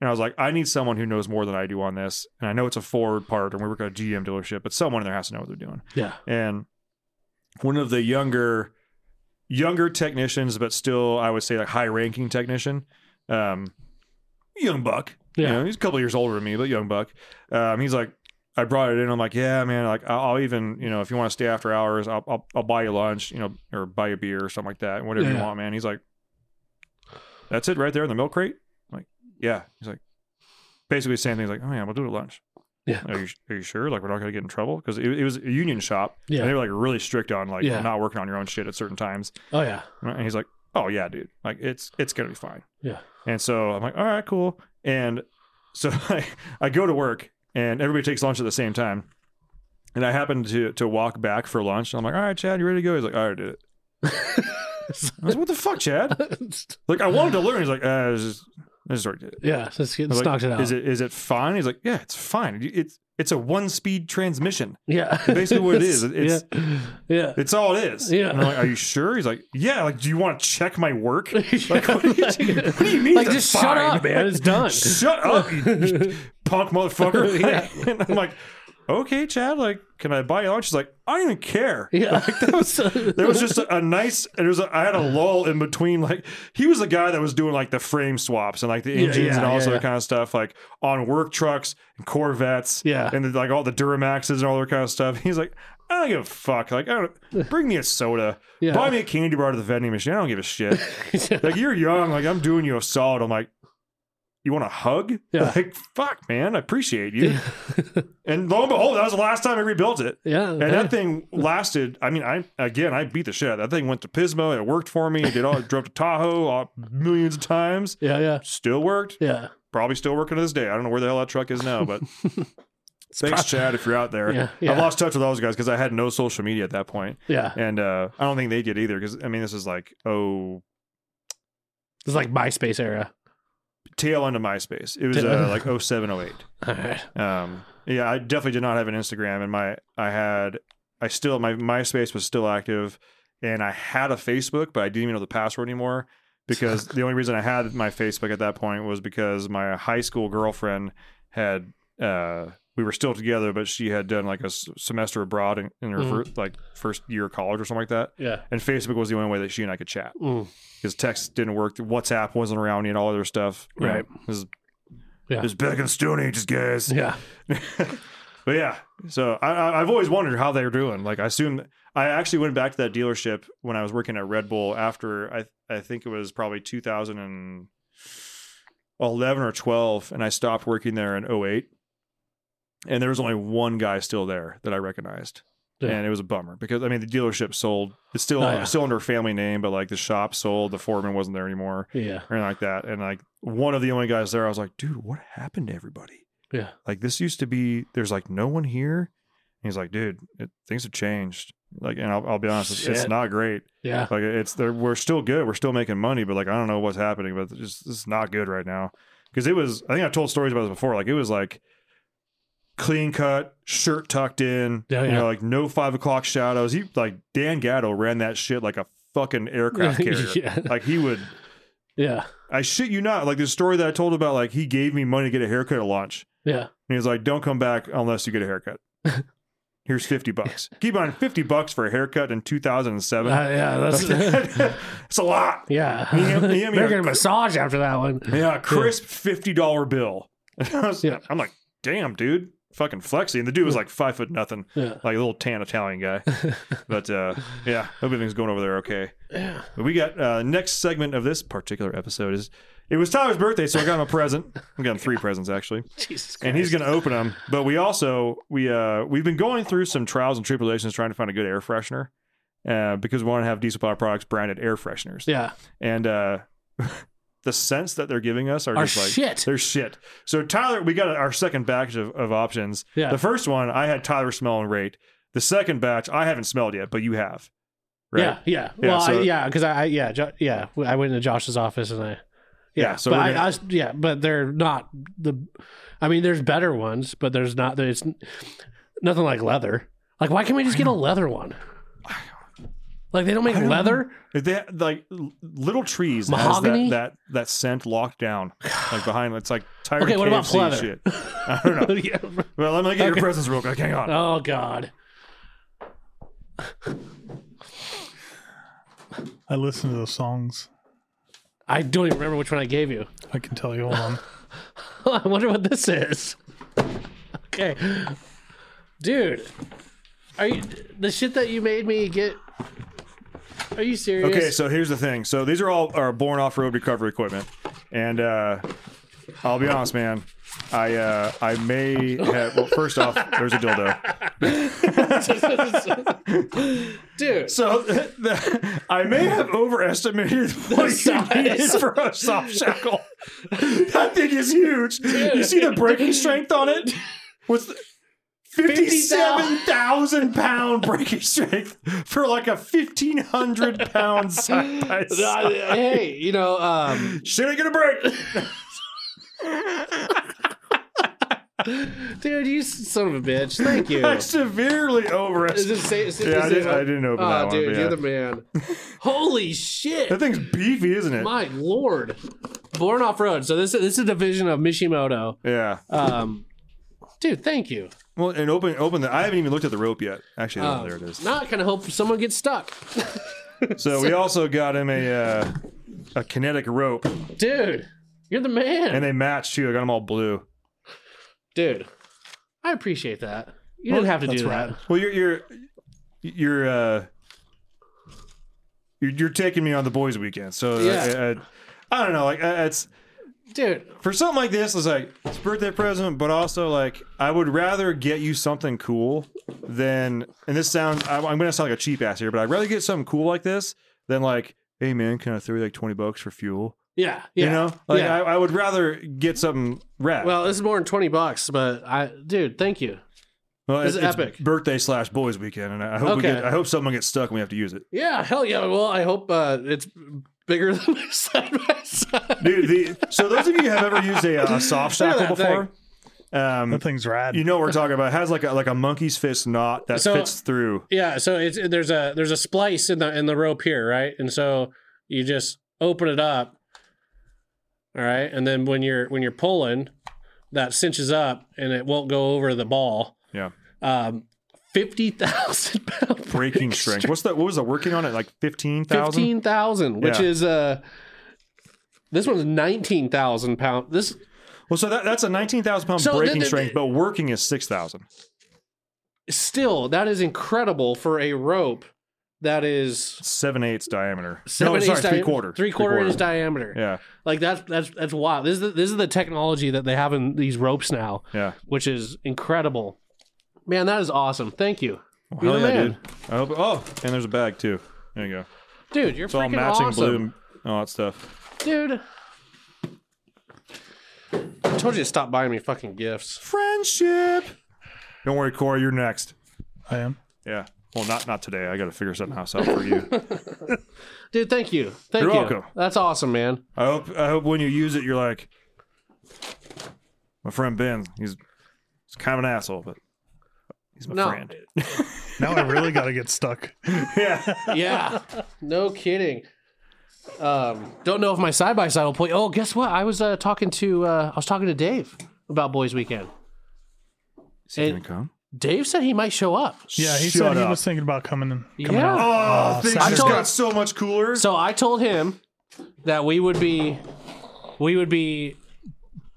and I was like, I need someone who knows more than I do on this. And I know it's a Ford part, and we work at a GM dealership, but someone in there has to know what they're doing.
Yeah.
And one of the younger, younger technicians, but still, I would say like high ranking technician, um, young buck.
Yeah.
You know, he's a couple years older than me, but young buck. Um, he's like, I brought it in. I'm like, yeah, man. Like, I'll, I'll even, you know, if you want to stay after hours, I'll, I'll, I'll buy you lunch, you know, or buy you beer or something like that, and whatever you
Yeah.
want, man. He's like, that's it right there in the milk crate. I'm like, yeah. He's like, basically saying things like, oh yeah, we'll do it at lunch.
Yeah.
Are you, are you sure? Like, we're not gonna get in trouble because it, it was a union shop.
Yeah.
And they were like really strict on like
Yeah.
not working on your own shit at certain times.
Oh yeah.
And he's like, oh yeah, dude. Like, it's it's gonna be fine.
Yeah.
And so I'm like, all right, cool. And so I, I go to work and everybody takes lunch at the same time. And I happen to to walk back for lunch. And I'm like, all right, Chad, you ready to go? He's like, I already did it. I was like, what the fuck, Chad? Like, I wanted to learn. He's like, uh, I just, I just already did it.
yeah. So it's,
I
it's
was like,
knocked it out.
Is it is it fine? He's like, yeah, it's fine. It's it's a one speed transmission.
yeah.
Basically, what it is,
yeah.
it's
Yeah.
it's all it is.
Yeah.
And I'm like, are you sure? He's like, yeah. Like, do you want to check my work? Like,
Yeah.
what, do you, what do you mean?
Like,
it's
just
fine?
shut up, man. It's done.
Shut up, you punk motherfucker. and I'm like, okay, Chad. Like, can I buy you lunch? He's like, I don't even care.
Yeah.
There was just a, a nice. There was. A, I had a lull in between. Like he was the guy that was doing like the frame swaps and like the engines
yeah,
and all
yeah,
this other
yeah.
kind of stuff, like on work trucks and Corvettes.
Yeah.
and like all the Duramaxes and all that kind of stuff. He's like, I don't give a fuck. Like, I don't bring me a soda.
Yeah.
Buy me a candy bar to the vending machine. I don't give a shit. like you're young. Like I'm doing you a solid. I'm like, you want a hug?
Yeah.
Like fuck, man. I appreciate you. and lo and behold, that was the last time I rebuilt it.
yeah.
And that thing lasted. I mean, I again, I beat the shit out. of That thing went to Pismo. It worked for me. It did all. it drove to Tahoe all, millions of times.
yeah. Yeah.
Still worked.
Yeah.
Probably still working to this day. I don't know where the hell that truck is now, but thanks, Chad, if you're out there.
Yeah, yeah.
I lost touch with those guys because I had no social media at that point,
Yeah.
and uh, I don't think they did either. Because I mean, this is like oh
It's like MySpace era.
tail end of MySpace. It was uh, like 07, 08.
All right.
Um, yeah, I definitely did not have an Instagram, and my I had I still my MySpace was still active, and I had a Facebook, but I didn't even know the password anymore because the only reason I had my Facebook at that point was because my high school girlfriend had uh, we were still together, but she had done like a s- semester abroad in, in her
Mm.
fir- like first year of college or something like that.
Yeah.
And Facebook was the only way that she and I could chat
Mm.
because text didn't work. WhatsApp wasn't around, you know, all other stuff. You know,
Right.
this is
Yeah.
this is back in the Stone Ages, guys.
Yeah.
But yeah, so I, I, I've always wondered how they were doing. Like, I assume I actually went back to that dealership when I was working at Red Bull after I I think it was probably 2011 or 12, and I stopped working there in 08. And there was only one guy still there that I recognized,
Yeah.
and it was a bummer because I mean the dealership sold. It's still
Oh, yeah.
still under a family name, but like the shop sold. The foreman wasn't there anymore
Yeah.
or anything like that. And like one of the only guys there, I was like, dude, what happened to everybody?
Yeah.
Like this used to be, there's like no one here. And he's like, dude, it, things have changed. Like, and I'll, I'll be honest, it's, it's
Shit.
not great.
Yeah.
Like it's there, we're still good. We're still making money, but like, I don't know what's happening, but it's just, it's not good right now. Cause it was, I think I've told stories about this before. Like it was like clean cut, shirt tucked in,
Yeah,
you
yeah.
know, like no five o'clock shadows. He like Dan Gatto ran that shit like a fucking aircraft carrier.
Yeah.
Like he would,
Yeah.
I shit you not. Like the story that I told about, like he gave me money to get a haircut at lunch,
Yeah.
and he's like, "Don't come back unless you get a haircut." Here's fifty bucks. Keep on fifty bucks for a haircut in two thousand and
Uh,
seven.
yeah. That's.
it's a lot.
Yeah,
You get- you get me
they're
a-
getting a massage after that one.
Yeah, a crisp fifty dollar bill. I was-
Yeah.
I'm like, damn, dude, fucking flexy. And the dude was like five foot nothing,
Yeah,
like a little tan Italian guy. But uh, yeah, hope everything's going over there okay.
yeah.
We got uh, next segment of this particular episode is it was Tyler's birthday, so I got him a present. I got him three presents actually,
Jesus Christ.
and he's going to open them. But we also we uh we've been going through some trials and tribulations trying to find a good air freshener, uh because we want to have diesel power products branded air fresheners,
yeah,
and uh the scents that they're giving us are
Are
just like
shit.
They're shit. So Tyler, we got our second batch of, of options.
Yeah.
The first one I had Tyler smell and rate. The second batch I haven't smelled yet, but you have. Right?
yeah, yeah.
Yeah,
Well,
so-
I, yeah, because I, I, yeah, jo- yeah. I went into Josh's office and I, yeah.
Yeah, so
but
we're
I,
gonna-
I was- yeah, but they're not the. I mean, there's better ones, but there's not. There's nothing like leather. Like, why can't we just get a leather one? Like, they don't make leather.
If They like l- little trees
Mahogany?
has that, that that scent locked down, like behind. It's like tired.
Okay,
of
what about
KFC
pleather?
Shit. I don't know.
Yeah.
Well, let me get your presents real quick. Hang on.
Oh God.
I listen to those songs.
I don't even remember which one I gave you.
I can tell you. Hold on.
I wonder what this is. Okay. Dude. Are you the shit that you made me get Are you serious?
Okay, so here's the thing. So these are all our born off-road recovery equipment, and uh, I'll be honest, man. I uh, I may have. Well, first off, there's a dildo.
Dude.
So the, I may have overestimated what
size.
you needed for a soft shackle. that thing is huge. You see the braking strength on it? What's the- 57,000 pound braking strength for like a 1,500 pound side by
I-
side.
hey, you know, um,
Shit ain't gonna break.
dude, you son of a bitch. Thank you.
I severely
Is
overestimated.
it sa- is it-
Yeah, I
is
didn't-
it-
I didn't open
oh,
that one,
dude,
but
you're
yeah.
the man. Holy shit.
That thing's beefy, isn't it?
My lord. Born off road. So this is this is a division of Mishimoto.
Yeah.
Um Dude, thank you.
Well, and open, open the. I haven't even looked at the rope yet. Actually, oh, there it is.
Not gonna hope someone gets stuck.
So we also got him a uh, a kinetic rope,
Dude, you're the man.
and they match too. I got them all blue.
dude i appreciate that you didn't have to do that
Well, you're you're you're uh, you're, you're taking me on the boys' weekend, so
Yeah.
I, I, I don't know. Like I, it's
dude
for something like this, it's like it's a birthday present, but also like I would rather get you something cool than. And this sounds I, I'm gonna sound like a cheap ass here, but I'd rather get something cool like this than like, hey man, can I throw you like twenty bucks for fuel?
yeah yeah
You know, like
yeah.
I, I would rather get something rad.
well this is more than 20 bucks but i dude thank you
Well,
This
it-
is epic.
birthday slash boys weekend, and I hope we
Okay.
get, I hope someone gets stuck and we have to use it.
yeah hell yeah well i hope uh it's bigger than my side by side
Dude, the, so those of you who have ever used a, uh, a soft
Look at
shackle
that
before, um,
That thing's rad.
you know what we're talking about. It has like a like a monkey's fist knot that
So-
fits through.
yeah so it's there's a there's a splice in the in the rope here right and so you just open it up all right and then when you're when you're pulling that cinches up and it won't go over the ball.
Yeah.
Um, 50,000 pound
Breaking strength. What's that? What was the working on it? Like 15,000?
Fifteen thousand, which
Yeah.
is uh, this one's nineteen thousand pound. This
Well, so that, that's a 19,000 pound
So
breaking
the- the-
strength, but working is 6,000.
still that is incredible for a rope that is
Seven eighths diameter.
seven
no, sorry,
inch
three
dia-
quarter.
three quarter inch diameter.
Yeah.
Like that's that's that's wild. This is the, this is the technology that they have in these ropes now,
Yeah.
which is incredible. Man, that is awesome. Thank you.
Hell
You're the
yeah,
man.
dude. I hope. Oh, and there's a bag too. There you go.
Dude, you're
It's all
freaking
matching blue
awesome,
and all that stuff.
dude. I told you to stop buying me fucking gifts.
Friendship. Don't worry, Corey. You're next.
I am.
Yeah. Well, not not today. I got to figure something else out for you.
Dude, thank you. Thank
You're
you.
welcome.
That's awesome, man.
I hope I hope when you use it, you're like, my friend Ben. He's he's kind of an asshole, but he's my
No.
friend.
Now I really got to get stuck.
yeah. No kidding. Um, don't know if my side by side will play. Oh, guess what? I was uh, talking to uh, I was talking to Dave about Boys Weekend.
Is he
And-
gonna come?
Dave said he might show up.
Yeah, he
Shut
said he
up.
was thinking about coming in.
yeah.
Oh, things
I
just
told-
got so much cooler.
So I told him that we would be we would be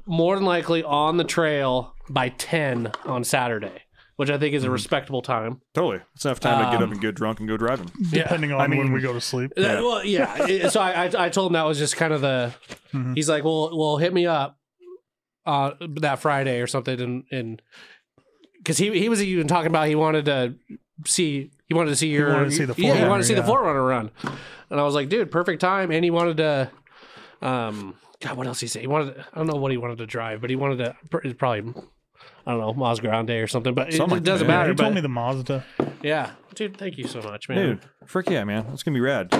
more than likely on the trail by ten on Saturday, which I think
Mm-hmm.
is a respectable time.
totally, it's enough time to get up and get drunk and go driving.
Depending on
mean-
when we go to sleep.
Uh, Well, yeah. It- so I, I I told him that was just kind of the.
Mm-hmm.
He's like, well, well, hit me up, uh, that Friday or something, and and because he he was even talking about he wanted to see he wanted to see your
wanted to see the
yeah he wanted
Forerunner,
to see the
yeah.
forerunner run, and I was like, dude, perfect time, and he wanted to, um, God, what else he say? He wanted I don't know what he wanted to drive, but he wanted to pr- probably. I don't know, Maz Grande or something, but it,
Something
it doesn't
like that.
He
matter.
told
But
me the Mazda.
yeah, dude, thank you so much, man.
Dude, frick yeah, man. It's gonna be rad.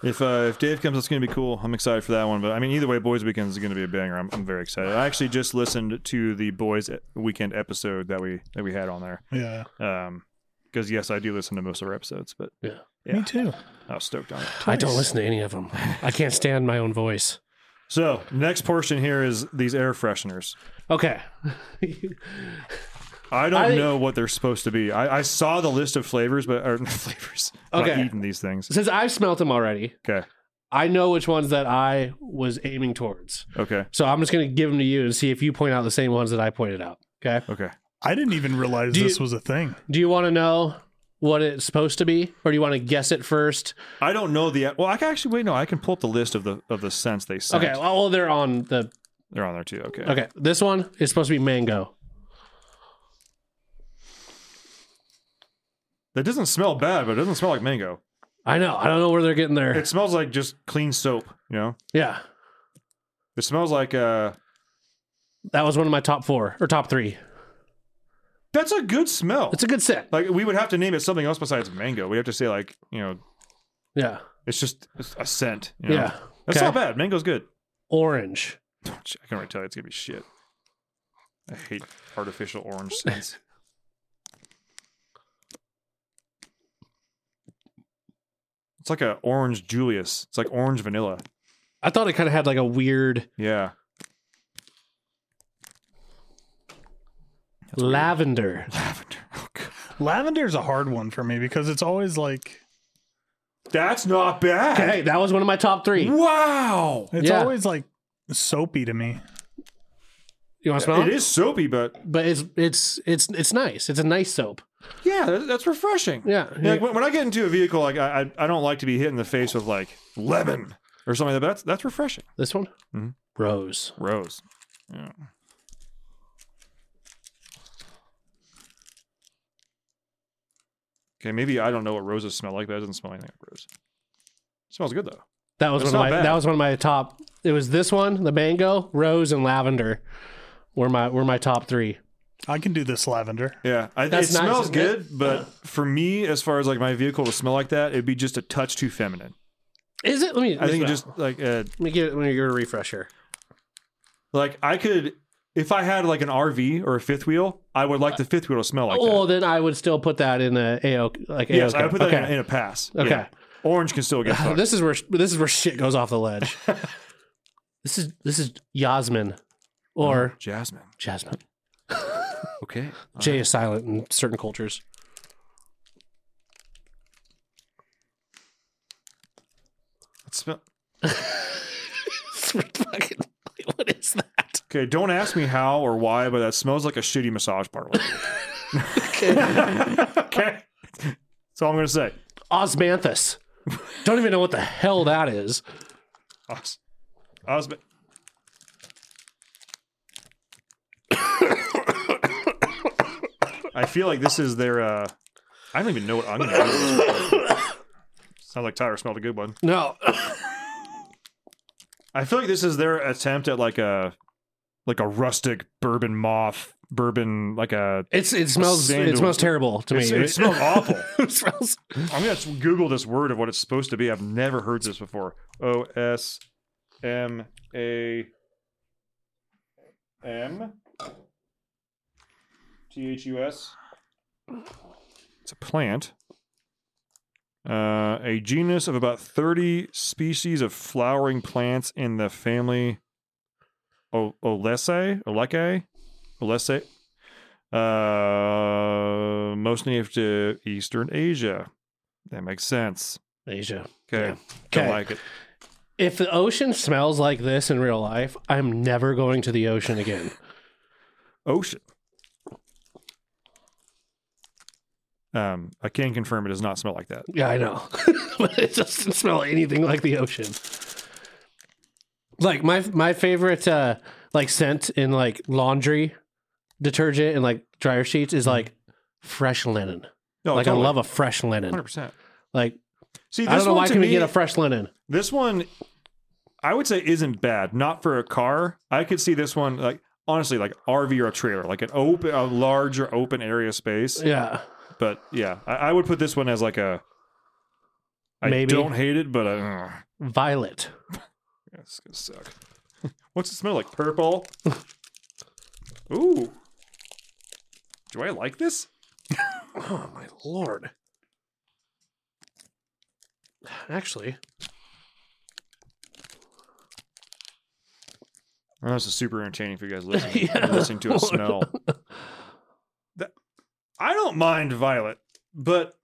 If uh, if Dave comes, it's gonna be cool. I'm excited for that one. But I mean, either way, Boys Weekend is gonna be a banger. I'm, I'm very excited. I actually just listened to the Boys Weekend episode that we that we had on there.
Yeah.
Um, because yes, I do listen to most of our episodes, but
Me too.
I was stoked on it.
I don't listen to any of them. I can't stand my own voice.
So next portion here is these air fresheners.
Okay.
I don't
I-
know what they're supposed to be. I, I saw the list of flavors, but or flavors. but I've
Okay.
eaten these things.
Since I've smelt them already,
Okay.
I know which ones that I was aiming towards.
Okay.
So I'm just going to give them to you and see if you point out the same ones that I pointed out. Okay.
Okay.
I didn't even realize
Do you-
this was a thing.
Do you want to know what it's supposed to be or do you want to guess it first?
I don't know the well. I can actually wait. No, I can pull up the list of the of the scents they sent.
Okay. Well, well, they're on the.
They're on there too. Okay.
Okay. This one is supposed to be mango.
That doesn't smell bad, but it doesn't smell like mango.
I know. I don't know where they're getting there.
It smells like just clean soap, you know?
yeah.
It smells like uh
That was one of my top four or top three.
that's a good smell.
It's a good set.
like we would have to name it something else besides mango. We'd have to say like, you know,
Yeah.
it's just it's a scent. you know?
Yeah.
That's
Okay.
not bad. Mango's good.
Orange.
I can already tell you it's gonna be shit. I hate artificial orange scents. it's like a orange Julius. It's like orange vanilla.
I thought it kind of had like a weird
Yeah.
lavender.
Lavender. Oh, God.
Lavender's a hard one for me because it's always like
That's not bad.
Hey, that was one of my top three. You
Wow.
it's
Yeah.
always like soapy to me.
want to smell
It is soapy, but
but it's it's it's it's nice. It's a nice soap.
yeah, that- that's refreshing.
Yeah.
Like when, when I get into a vehicle, like I, I I don't like to be hit in the face with like lemon or something like that. That's that's refreshing.
This one?
Mm-hmm.
Rose.
Rose. Okay, maybe I don't know what roses smell like, but it doesn't smell anything like rose. smells good though.
That was
That's
one of
not
my
bad.
that was one of my top it was this one, the mango, rose, and lavender were my were my top three.
I can do this lavender.
Yeah, I, it
That's nice,
smells
isn't
good, but for me, as far as like my vehicle to smell like that, it'd be just a touch too feminine.
Is it? Let me
I think it
let me-
just like uh,
let me get let me get a refresher.
like I could if I had like an RV or a fifth wheel, I would like the fifth wheel to smell like
oh,
that.
then I would still put that in a AO like
Yes,
AO.
I would put that in,
Okay.
a, in a pass.
Okay.
Yeah. orange can still get fucked.
This is where this is where shit goes off the ledge. this is this is Yasmin. or
Jasmine.
jasmine.
Okay.
J is silent in certain cultures.
It smell-
Fucking- what is that?
okay, don't ask me how or why, but that smells like a shitty massage parlor. okay. That's all I'm going to say.
Osmanthus. Don't even know what the hell that is.
Os- Osmond. I feel like this is their. uh I don't even know what I'm going to do. Sounds like Tyler smelled a good one.
No.
I feel like this is their attempt at like a like a rustic bourbon moth bourbon like a
It's it smells
Sandal.
it smells terrible to me.
It's- it smells awful.
It smells
I'm gonna s- Google this word of what it's supposed to be. I've never heard this before. O S M A M T H U S. It's a plant. Uh, a genus of about 30 species of flowering plants in the family O- Olese, Oleke, Olese. Uh, most native to Eastern Asia. That makes sense.
Asia.
Okay.
Okay.
Don't like it.
If the ocean smells like this in real life, I'm never going to the ocean again.
Ocean. Um, I can confirm it does not smell like that.
Yeah, I know. but it doesn't smell anything like the ocean. Like my my favorite uh like scent in like laundry detergent and like dryer sheets
Mm-hmm.
is like fresh linen.
No,
like I love a fresh linen.
Oh, hundred percent.
Like
See, this
I don't know
one
why
to
can we
me-
get a fresh linen.
this one. I would say isn't bad. Not for a car. I could see this one like honestly, like RV or a trailer, like an open, a larger open area space.
Yeah.
But yeah, I, I would put this one as like a. I
Maybe.
don't hate it, but uh,
Violet.
That's gonna suck. What's it smell like? Purple. Ooh. Do I like this?
Oh my lord. Actually,
Oh, this is super entertaining for you guys listening.
Yeah.
You're listening to a smell. That- I don't mind violet, but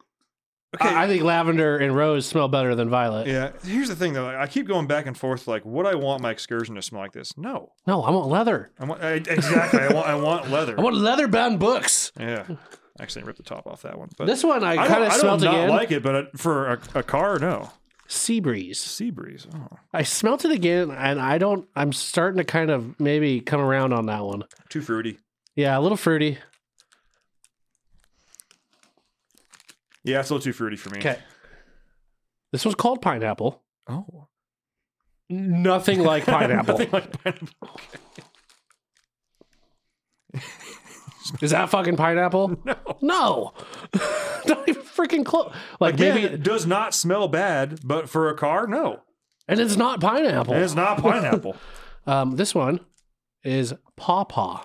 okay.
I, I think lavender and rose smell better than violet.
yeah, here's the thing though. I keep going back and forth. Like, would I want my excursion to smell like this? No.
No, I want leather.
I want I, exactly. I want. I want leather.
I want leather bound books.
yeah. I accidentally ripped the top off that one. But
This one I,
I
kind
don't,
of
I don't
smelled
not
again.
like it. But I, for a, a car, no.
sea breeze.
Sea breeze. Oh.
I smelt it again, and I don't. I'm starting to kind of maybe come around on that one.
Too fruity.
Yeah, a little fruity.
Yeah, it's a little too fruity for me.
Okay. This one's called pineapple.
Oh.
Nothing like pineapple. Is that fucking pineapple? No, no, not even freaking close. Like
Again,
maybe,
it does not smell bad, but for a car, no.
and it's not pineapple.
And it's not pineapple.
Um, this one is pawpaw.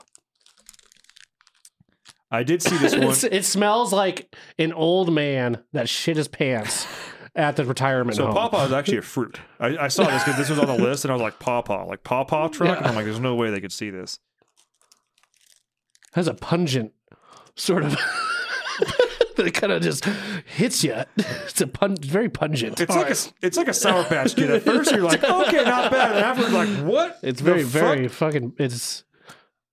I did see this
It's,
one.
it smells like an old man that shit his pants at the retirement
So
home.
pawpaw is actually a fruit. I, I saw this because this was on the list, and I was like, pawpaw, like pawpaw truck. And I'm like, there's no way they could see this.
has a pungent sort of that kind of just hits you. It's a pun, very pungent.
It's like a it's like a sour patch kid. At first, you're like, okay, not bad. And afterwards, like, what?
It's
the
very
fuck?
very fucking. It's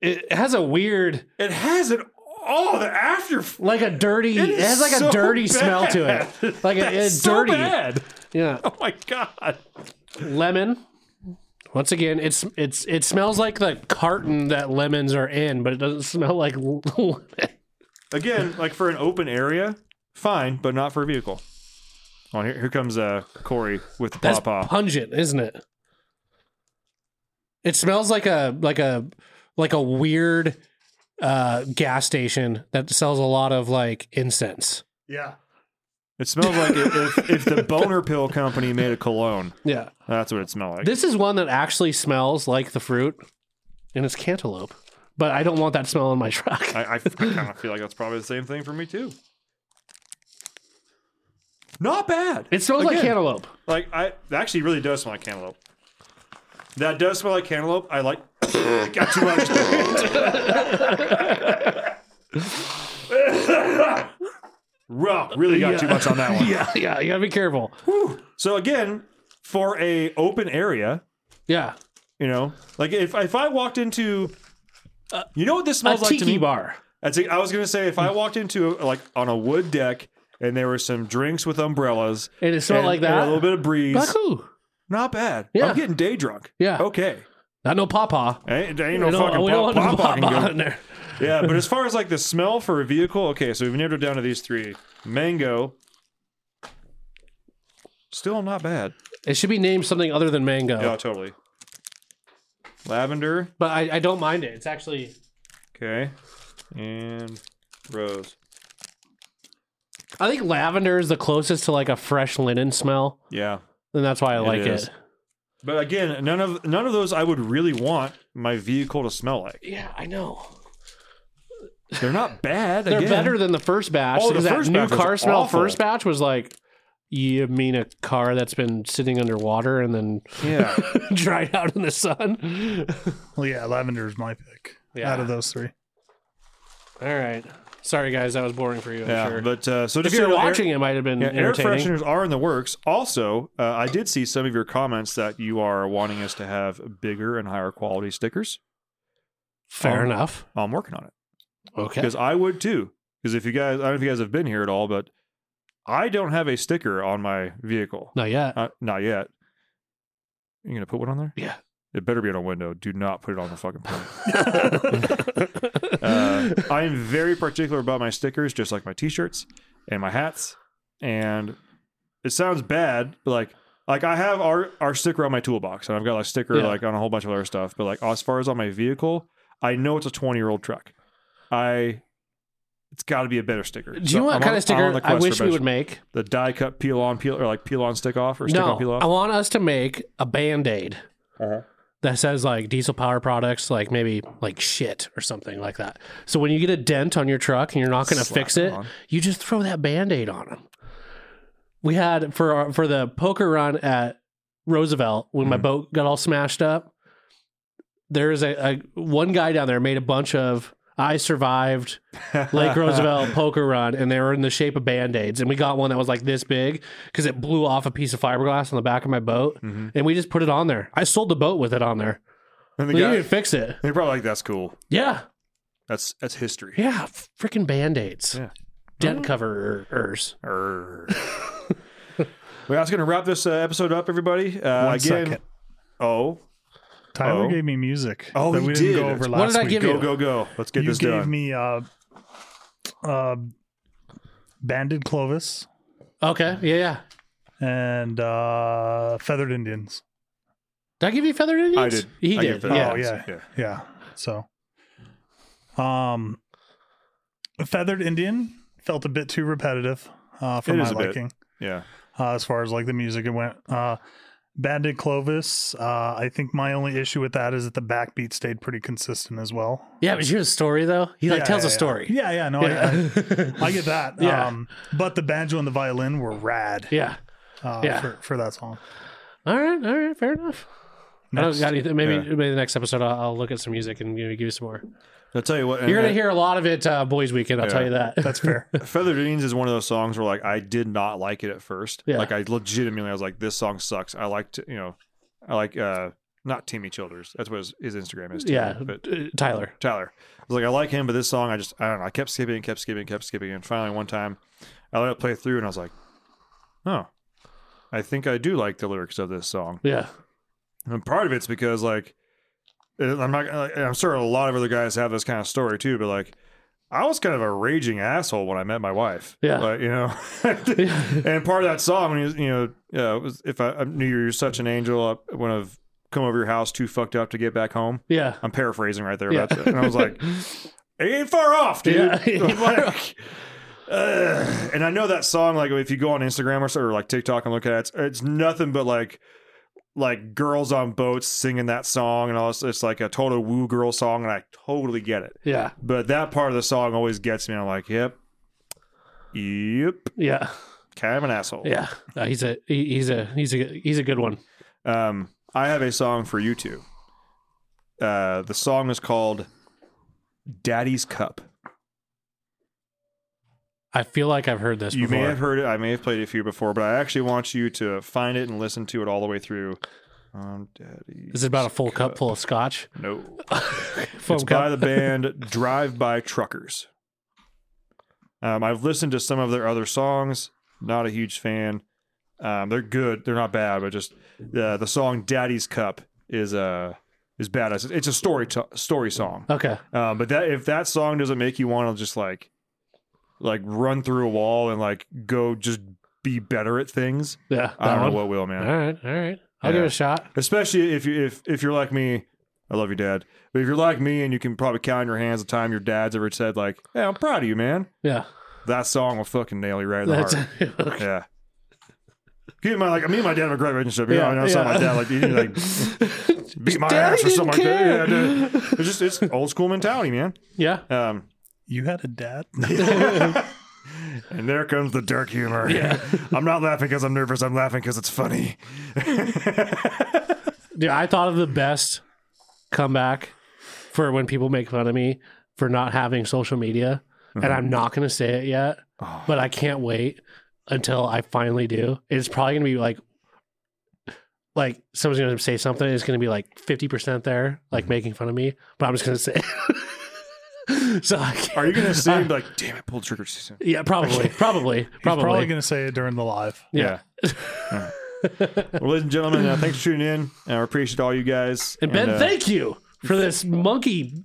it has a weird
It has it. Oh, the after.
like a dirty. It,
It is
has like a
so
dirty smell to
bad.
it. Like a, a
It's so
dirty.
bad.
Yeah,
Oh my god.
lemon. Once again, it's it's it smells like the carton that lemons are in, but it doesn't smell like lemon.
again, like for an open area, fine, but not for a vehicle. Oh, here, here comes uh, Corey with the
That's
pawpaw.
pungent, isn't it? It smells like a like a like a weird uh gas station that sells a lot of like incense.
It smells like if, if, if the boner pill company made a cologne.
Yeah.
That's what it smelled like.
This is one that actually smells like the fruit and it's cantaloupe. But I don't want that smell in my truck.
I, I, kind of feel like that's probably the same thing for me too. Not bad.
it smells like
Again,
cantaloupe.
Like I it actually really does smell like cantaloupe. That does smell like cantaloupe. I like Got too much. Ruh, really got too much on that one.
Yeah, yeah, you gotta be careful.
So again, for a open area,
Yeah,
you know, like if if I walked into, you know what this
Uh, a
smells like to
tiki
me.
bar. Hmm.
I think I was gonna say if I walked into like on a wood deck and there were some drinks with umbrellas
And it smelled
and-
like
and
that.
a little bit of breeze,
Like, ooh,
not bad.
Yeah.
I'm getting day drunk.
Yeah.
okay.
Not no pawpaw.
Ain't, ain't no
We don't-
fucking
we
pop,
don't want
pop,
no
pop,
pawpaw in there.
Yeah, but as far as like the smell for a vehicle, okay, so we've narrowed it down to these three: mango. Still not bad. Oh.
It should be named something other than mango.
Yeah, totally. Lavender,
But I, I don't mind it. It's actually
okay, and rose.
I think lavender is the closest to like a fresh linen smell,
Yeah,
and that's why I like
is.
it.
but again, none of none of those I would really want my vehicle to smell like.
Yeah, I know.
They're not bad.
They're
again.
better than the first batch.
Oh, the
because that
first
new
batch was
car smell
awful.
first batch was like you mean a car that's been sitting underwater and then
Yeah,
dried out in the sun.
Well, yeah, lavender is my pick
Yeah.
out of those three.
All right. Sorry guys, that was boring for you, I'm
yeah.
sure.
But uh, so
if
just
you're
so you know, air-
watching it might have been
Yeah, air
entertaining.
fresheners are in the works. Also, uh, I did see some of your comments that you are wanting us to have bigger and higher quality stickers.
Fair
Oh.
enough.
I'm working on it
Okay.
because I would too. Because if you guys, I don't know if you guys have been here at all, but I don't have a sticker on my vehicle.
Not yet.
Uh, not yet. You gonna put one on there?
Yeah.
It better be on a window. Do not put it on the fucking pane. uh, I am very particular about my stickers, just like my t-shirts and my hats. And it sounds bad, but like like I have our our sticker on my toolbox, and I've got a sticker
Yeah.
like on a whole bunch of other stuff. But like as far as on my vehicle, I know it's a twenty year old truck. I it's got to be a better sticker.
Do you know what kind of sticker I wish we would make?
the die cut peel on peel or like peel on stick off or stick
No,
on peel off?
I want us to make a band aid
Uh-huh.
that says like diesel power products, like maybe like shit or something like that. So when you get a dent on your truck and you're not going to
Slap
fix
it
it,
on.
you just throw that band aid on them. We had for our, for the poker run at Roosevelt when
Hmm.
my boat got all smashed up. There is a, a one guy down there made a bunch of I survived Lake Roosevelt poker run, and they were in the shape of band aids. And we got one that was like this big because it blew off a piece of fiberglass on the back of my boat, and we just put it on there. I sold the boat with it on there.
And the
They
guy-
didn't fix it.
They're probably like, "That's cool.
Yeah,
That's that's history."
yeah, freaking band aids,
Yeah.
dent coverers.
Err. well, that's going to wrap this uh, episode up, everybody. Uh,
One
again,
second.
oh,
Tyler
Oh.
gave me music
Oh,
that
he
we didn't
did.
go over
What
last
did I
week.
give
go
you?
go go! Let's get
you
this
gave
done.
me uh, uh, banded Clovis
Okay, yeah, yeah.
and uh, feathered Indians.
Did I give you feathered Indians?
I did.
He
I
did.
gave it-
Yeah.
Oh yeah,
yeah.
yeah, So, um, feathered Indian felt a bit too repetitive uh, for
It
my
is a bit.
liking.
yeah,
uh, as far as like the music it went. Uh, Bandit Clovis, uh, I think my only issue with that is that the backbeat stayed pretty consistent as well.
Yeah, but you have a story though. He like
Yeah,
tells
yeah,
a story.
Yeah, yeah, yeah
Oh,
no,
Yeah.
I, I, I get that.
Yeah.
Um, but the banjo and the violin were rad
Yeah.
uh,
yeah.
for, for that song.
All right. All right. Fair enough. I don't
Next.
got anything. Maybe maybe the next episode I'll, I'll look at some music and maybe give you some more.
I'll tell you what.
You're gonna
and-
hear a lot of it, uh, Boys Weekend. I'll
Yeah.
tell you that.
That's fair.
and Feathered Indians is one of those songs where like I did not like it at first.
Yeah.
Like I legitimately I was like, this song sucks. I liked you know, I like uh not Timmy Childers. That's what his, his Instagram is. Timmy,
yeah,
but
uh, Tyler.
Tyler. I was like, I like him, but this song, I just, I don't know. I kept skipping, kept skipping, kept skipping. And finally, one time, I let it play through and I was like, oh, I think I do like the lyrics of this song.
Yeah.
And part of it's because, like, I'm not, like, I'm sure a lot of other guys have this kind of story too, but like, I was kind of a raging asshole when I met my wife.
Yeah.
Like, you know, and part of that song, when he was, you know, yeah, it was, if I, I knew you were such an angel, I would have come over your house too fucked up to get back home.
Yeah.
I'm paraphrasing right there.
Yeah.
That's it. And I was like, it ain't far off, dude.
Yeah, it ain't far
Like, ugh. and I know that song, like if you go on Instagram or, so, or like TikTok and look at it, it's, it's nothing but like like girls on boats singing that song and all this. It's like a total woo girl song, and I totally get it.
Yeah.
But that part of the song always gets me. I'm like, yep. Yep.
Yeah.
Kind of an asshole.
Yeah. Uh, he's a he, he's a he's a he's a good one.
Um, I have a song for you two. Uh, the song is called "Daddy's Cup."
I feel like I've heard this
You
before.
may have heard it. I may have played it for you before, but I actually want you to find it and listen to it all the way through. Um, Daddy.
Is it about a full cup full of scotch?
No.
Foam
it's by
cup.
the band Drive By Truckers. Um, I've listened to some of their other songs. Not a huge fan. Um, they're good. They're not bad, but just uh, the song "Daddy's Cup" is uh, is badass. It's a story to- story song.
okay.
Um, but that if that song doesn't make you want to just like like run through a wall and like go just be better at things,
Yeah.
I don't
that
know
one.
what will, man.
All right. All right. I'll give it
Yeah.
a shot.
Especially if you if if you're like me, I love you, Dad. But if you're like me and you can probably count on your hands the time your dad's ever said like, "Hey, I'm proud of you, man."
Yeah.
That song will fucking nail you right in the
That's
heart.
okay.
Yeah. Keep in mind, like me and my dad have a great relationship. You
Yeah,
know, and I sound
yeah.
like dad, like you need to, like beat my
Daddy
ass or something
didn't
like that. Yeah, dude. It's just it's old school mentality, man.
yeah.
Um,
You had a dad?
and there comes the dark humor. Yeah. I'm not laughing because I'm nervous. I'm laughing because it's funny.
Dude, I thought of the best comeback for when people make fun of me for not having social media, and I'm not going to say it yet, but I can't wait until I finally do. It's probably going to be like, like someone's going to say something. and It's going to be like fifty percent there, like making fun of me, but I'm just going to say. it. so I can't,
Are you gonna see him be like, damn it, pull the trigger too soon?
yeah, probably, probably,
He's
probably.
probably, going to say it during the live.
Yeah.
Yeah. well, ladies and gentlemen, uh, thanks for tuning in. Uh, I appreciate all you guys.
and Ben,
uh,
thank you for this monkey.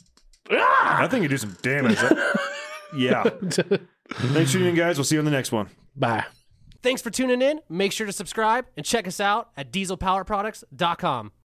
I think you do some damage. yeah. Thanks for tuning in, guys. We'll see you on the next one.
Bye.
Thanks for tuning in. Make sure to subscribe and check us out at dieselpowerproducts.com.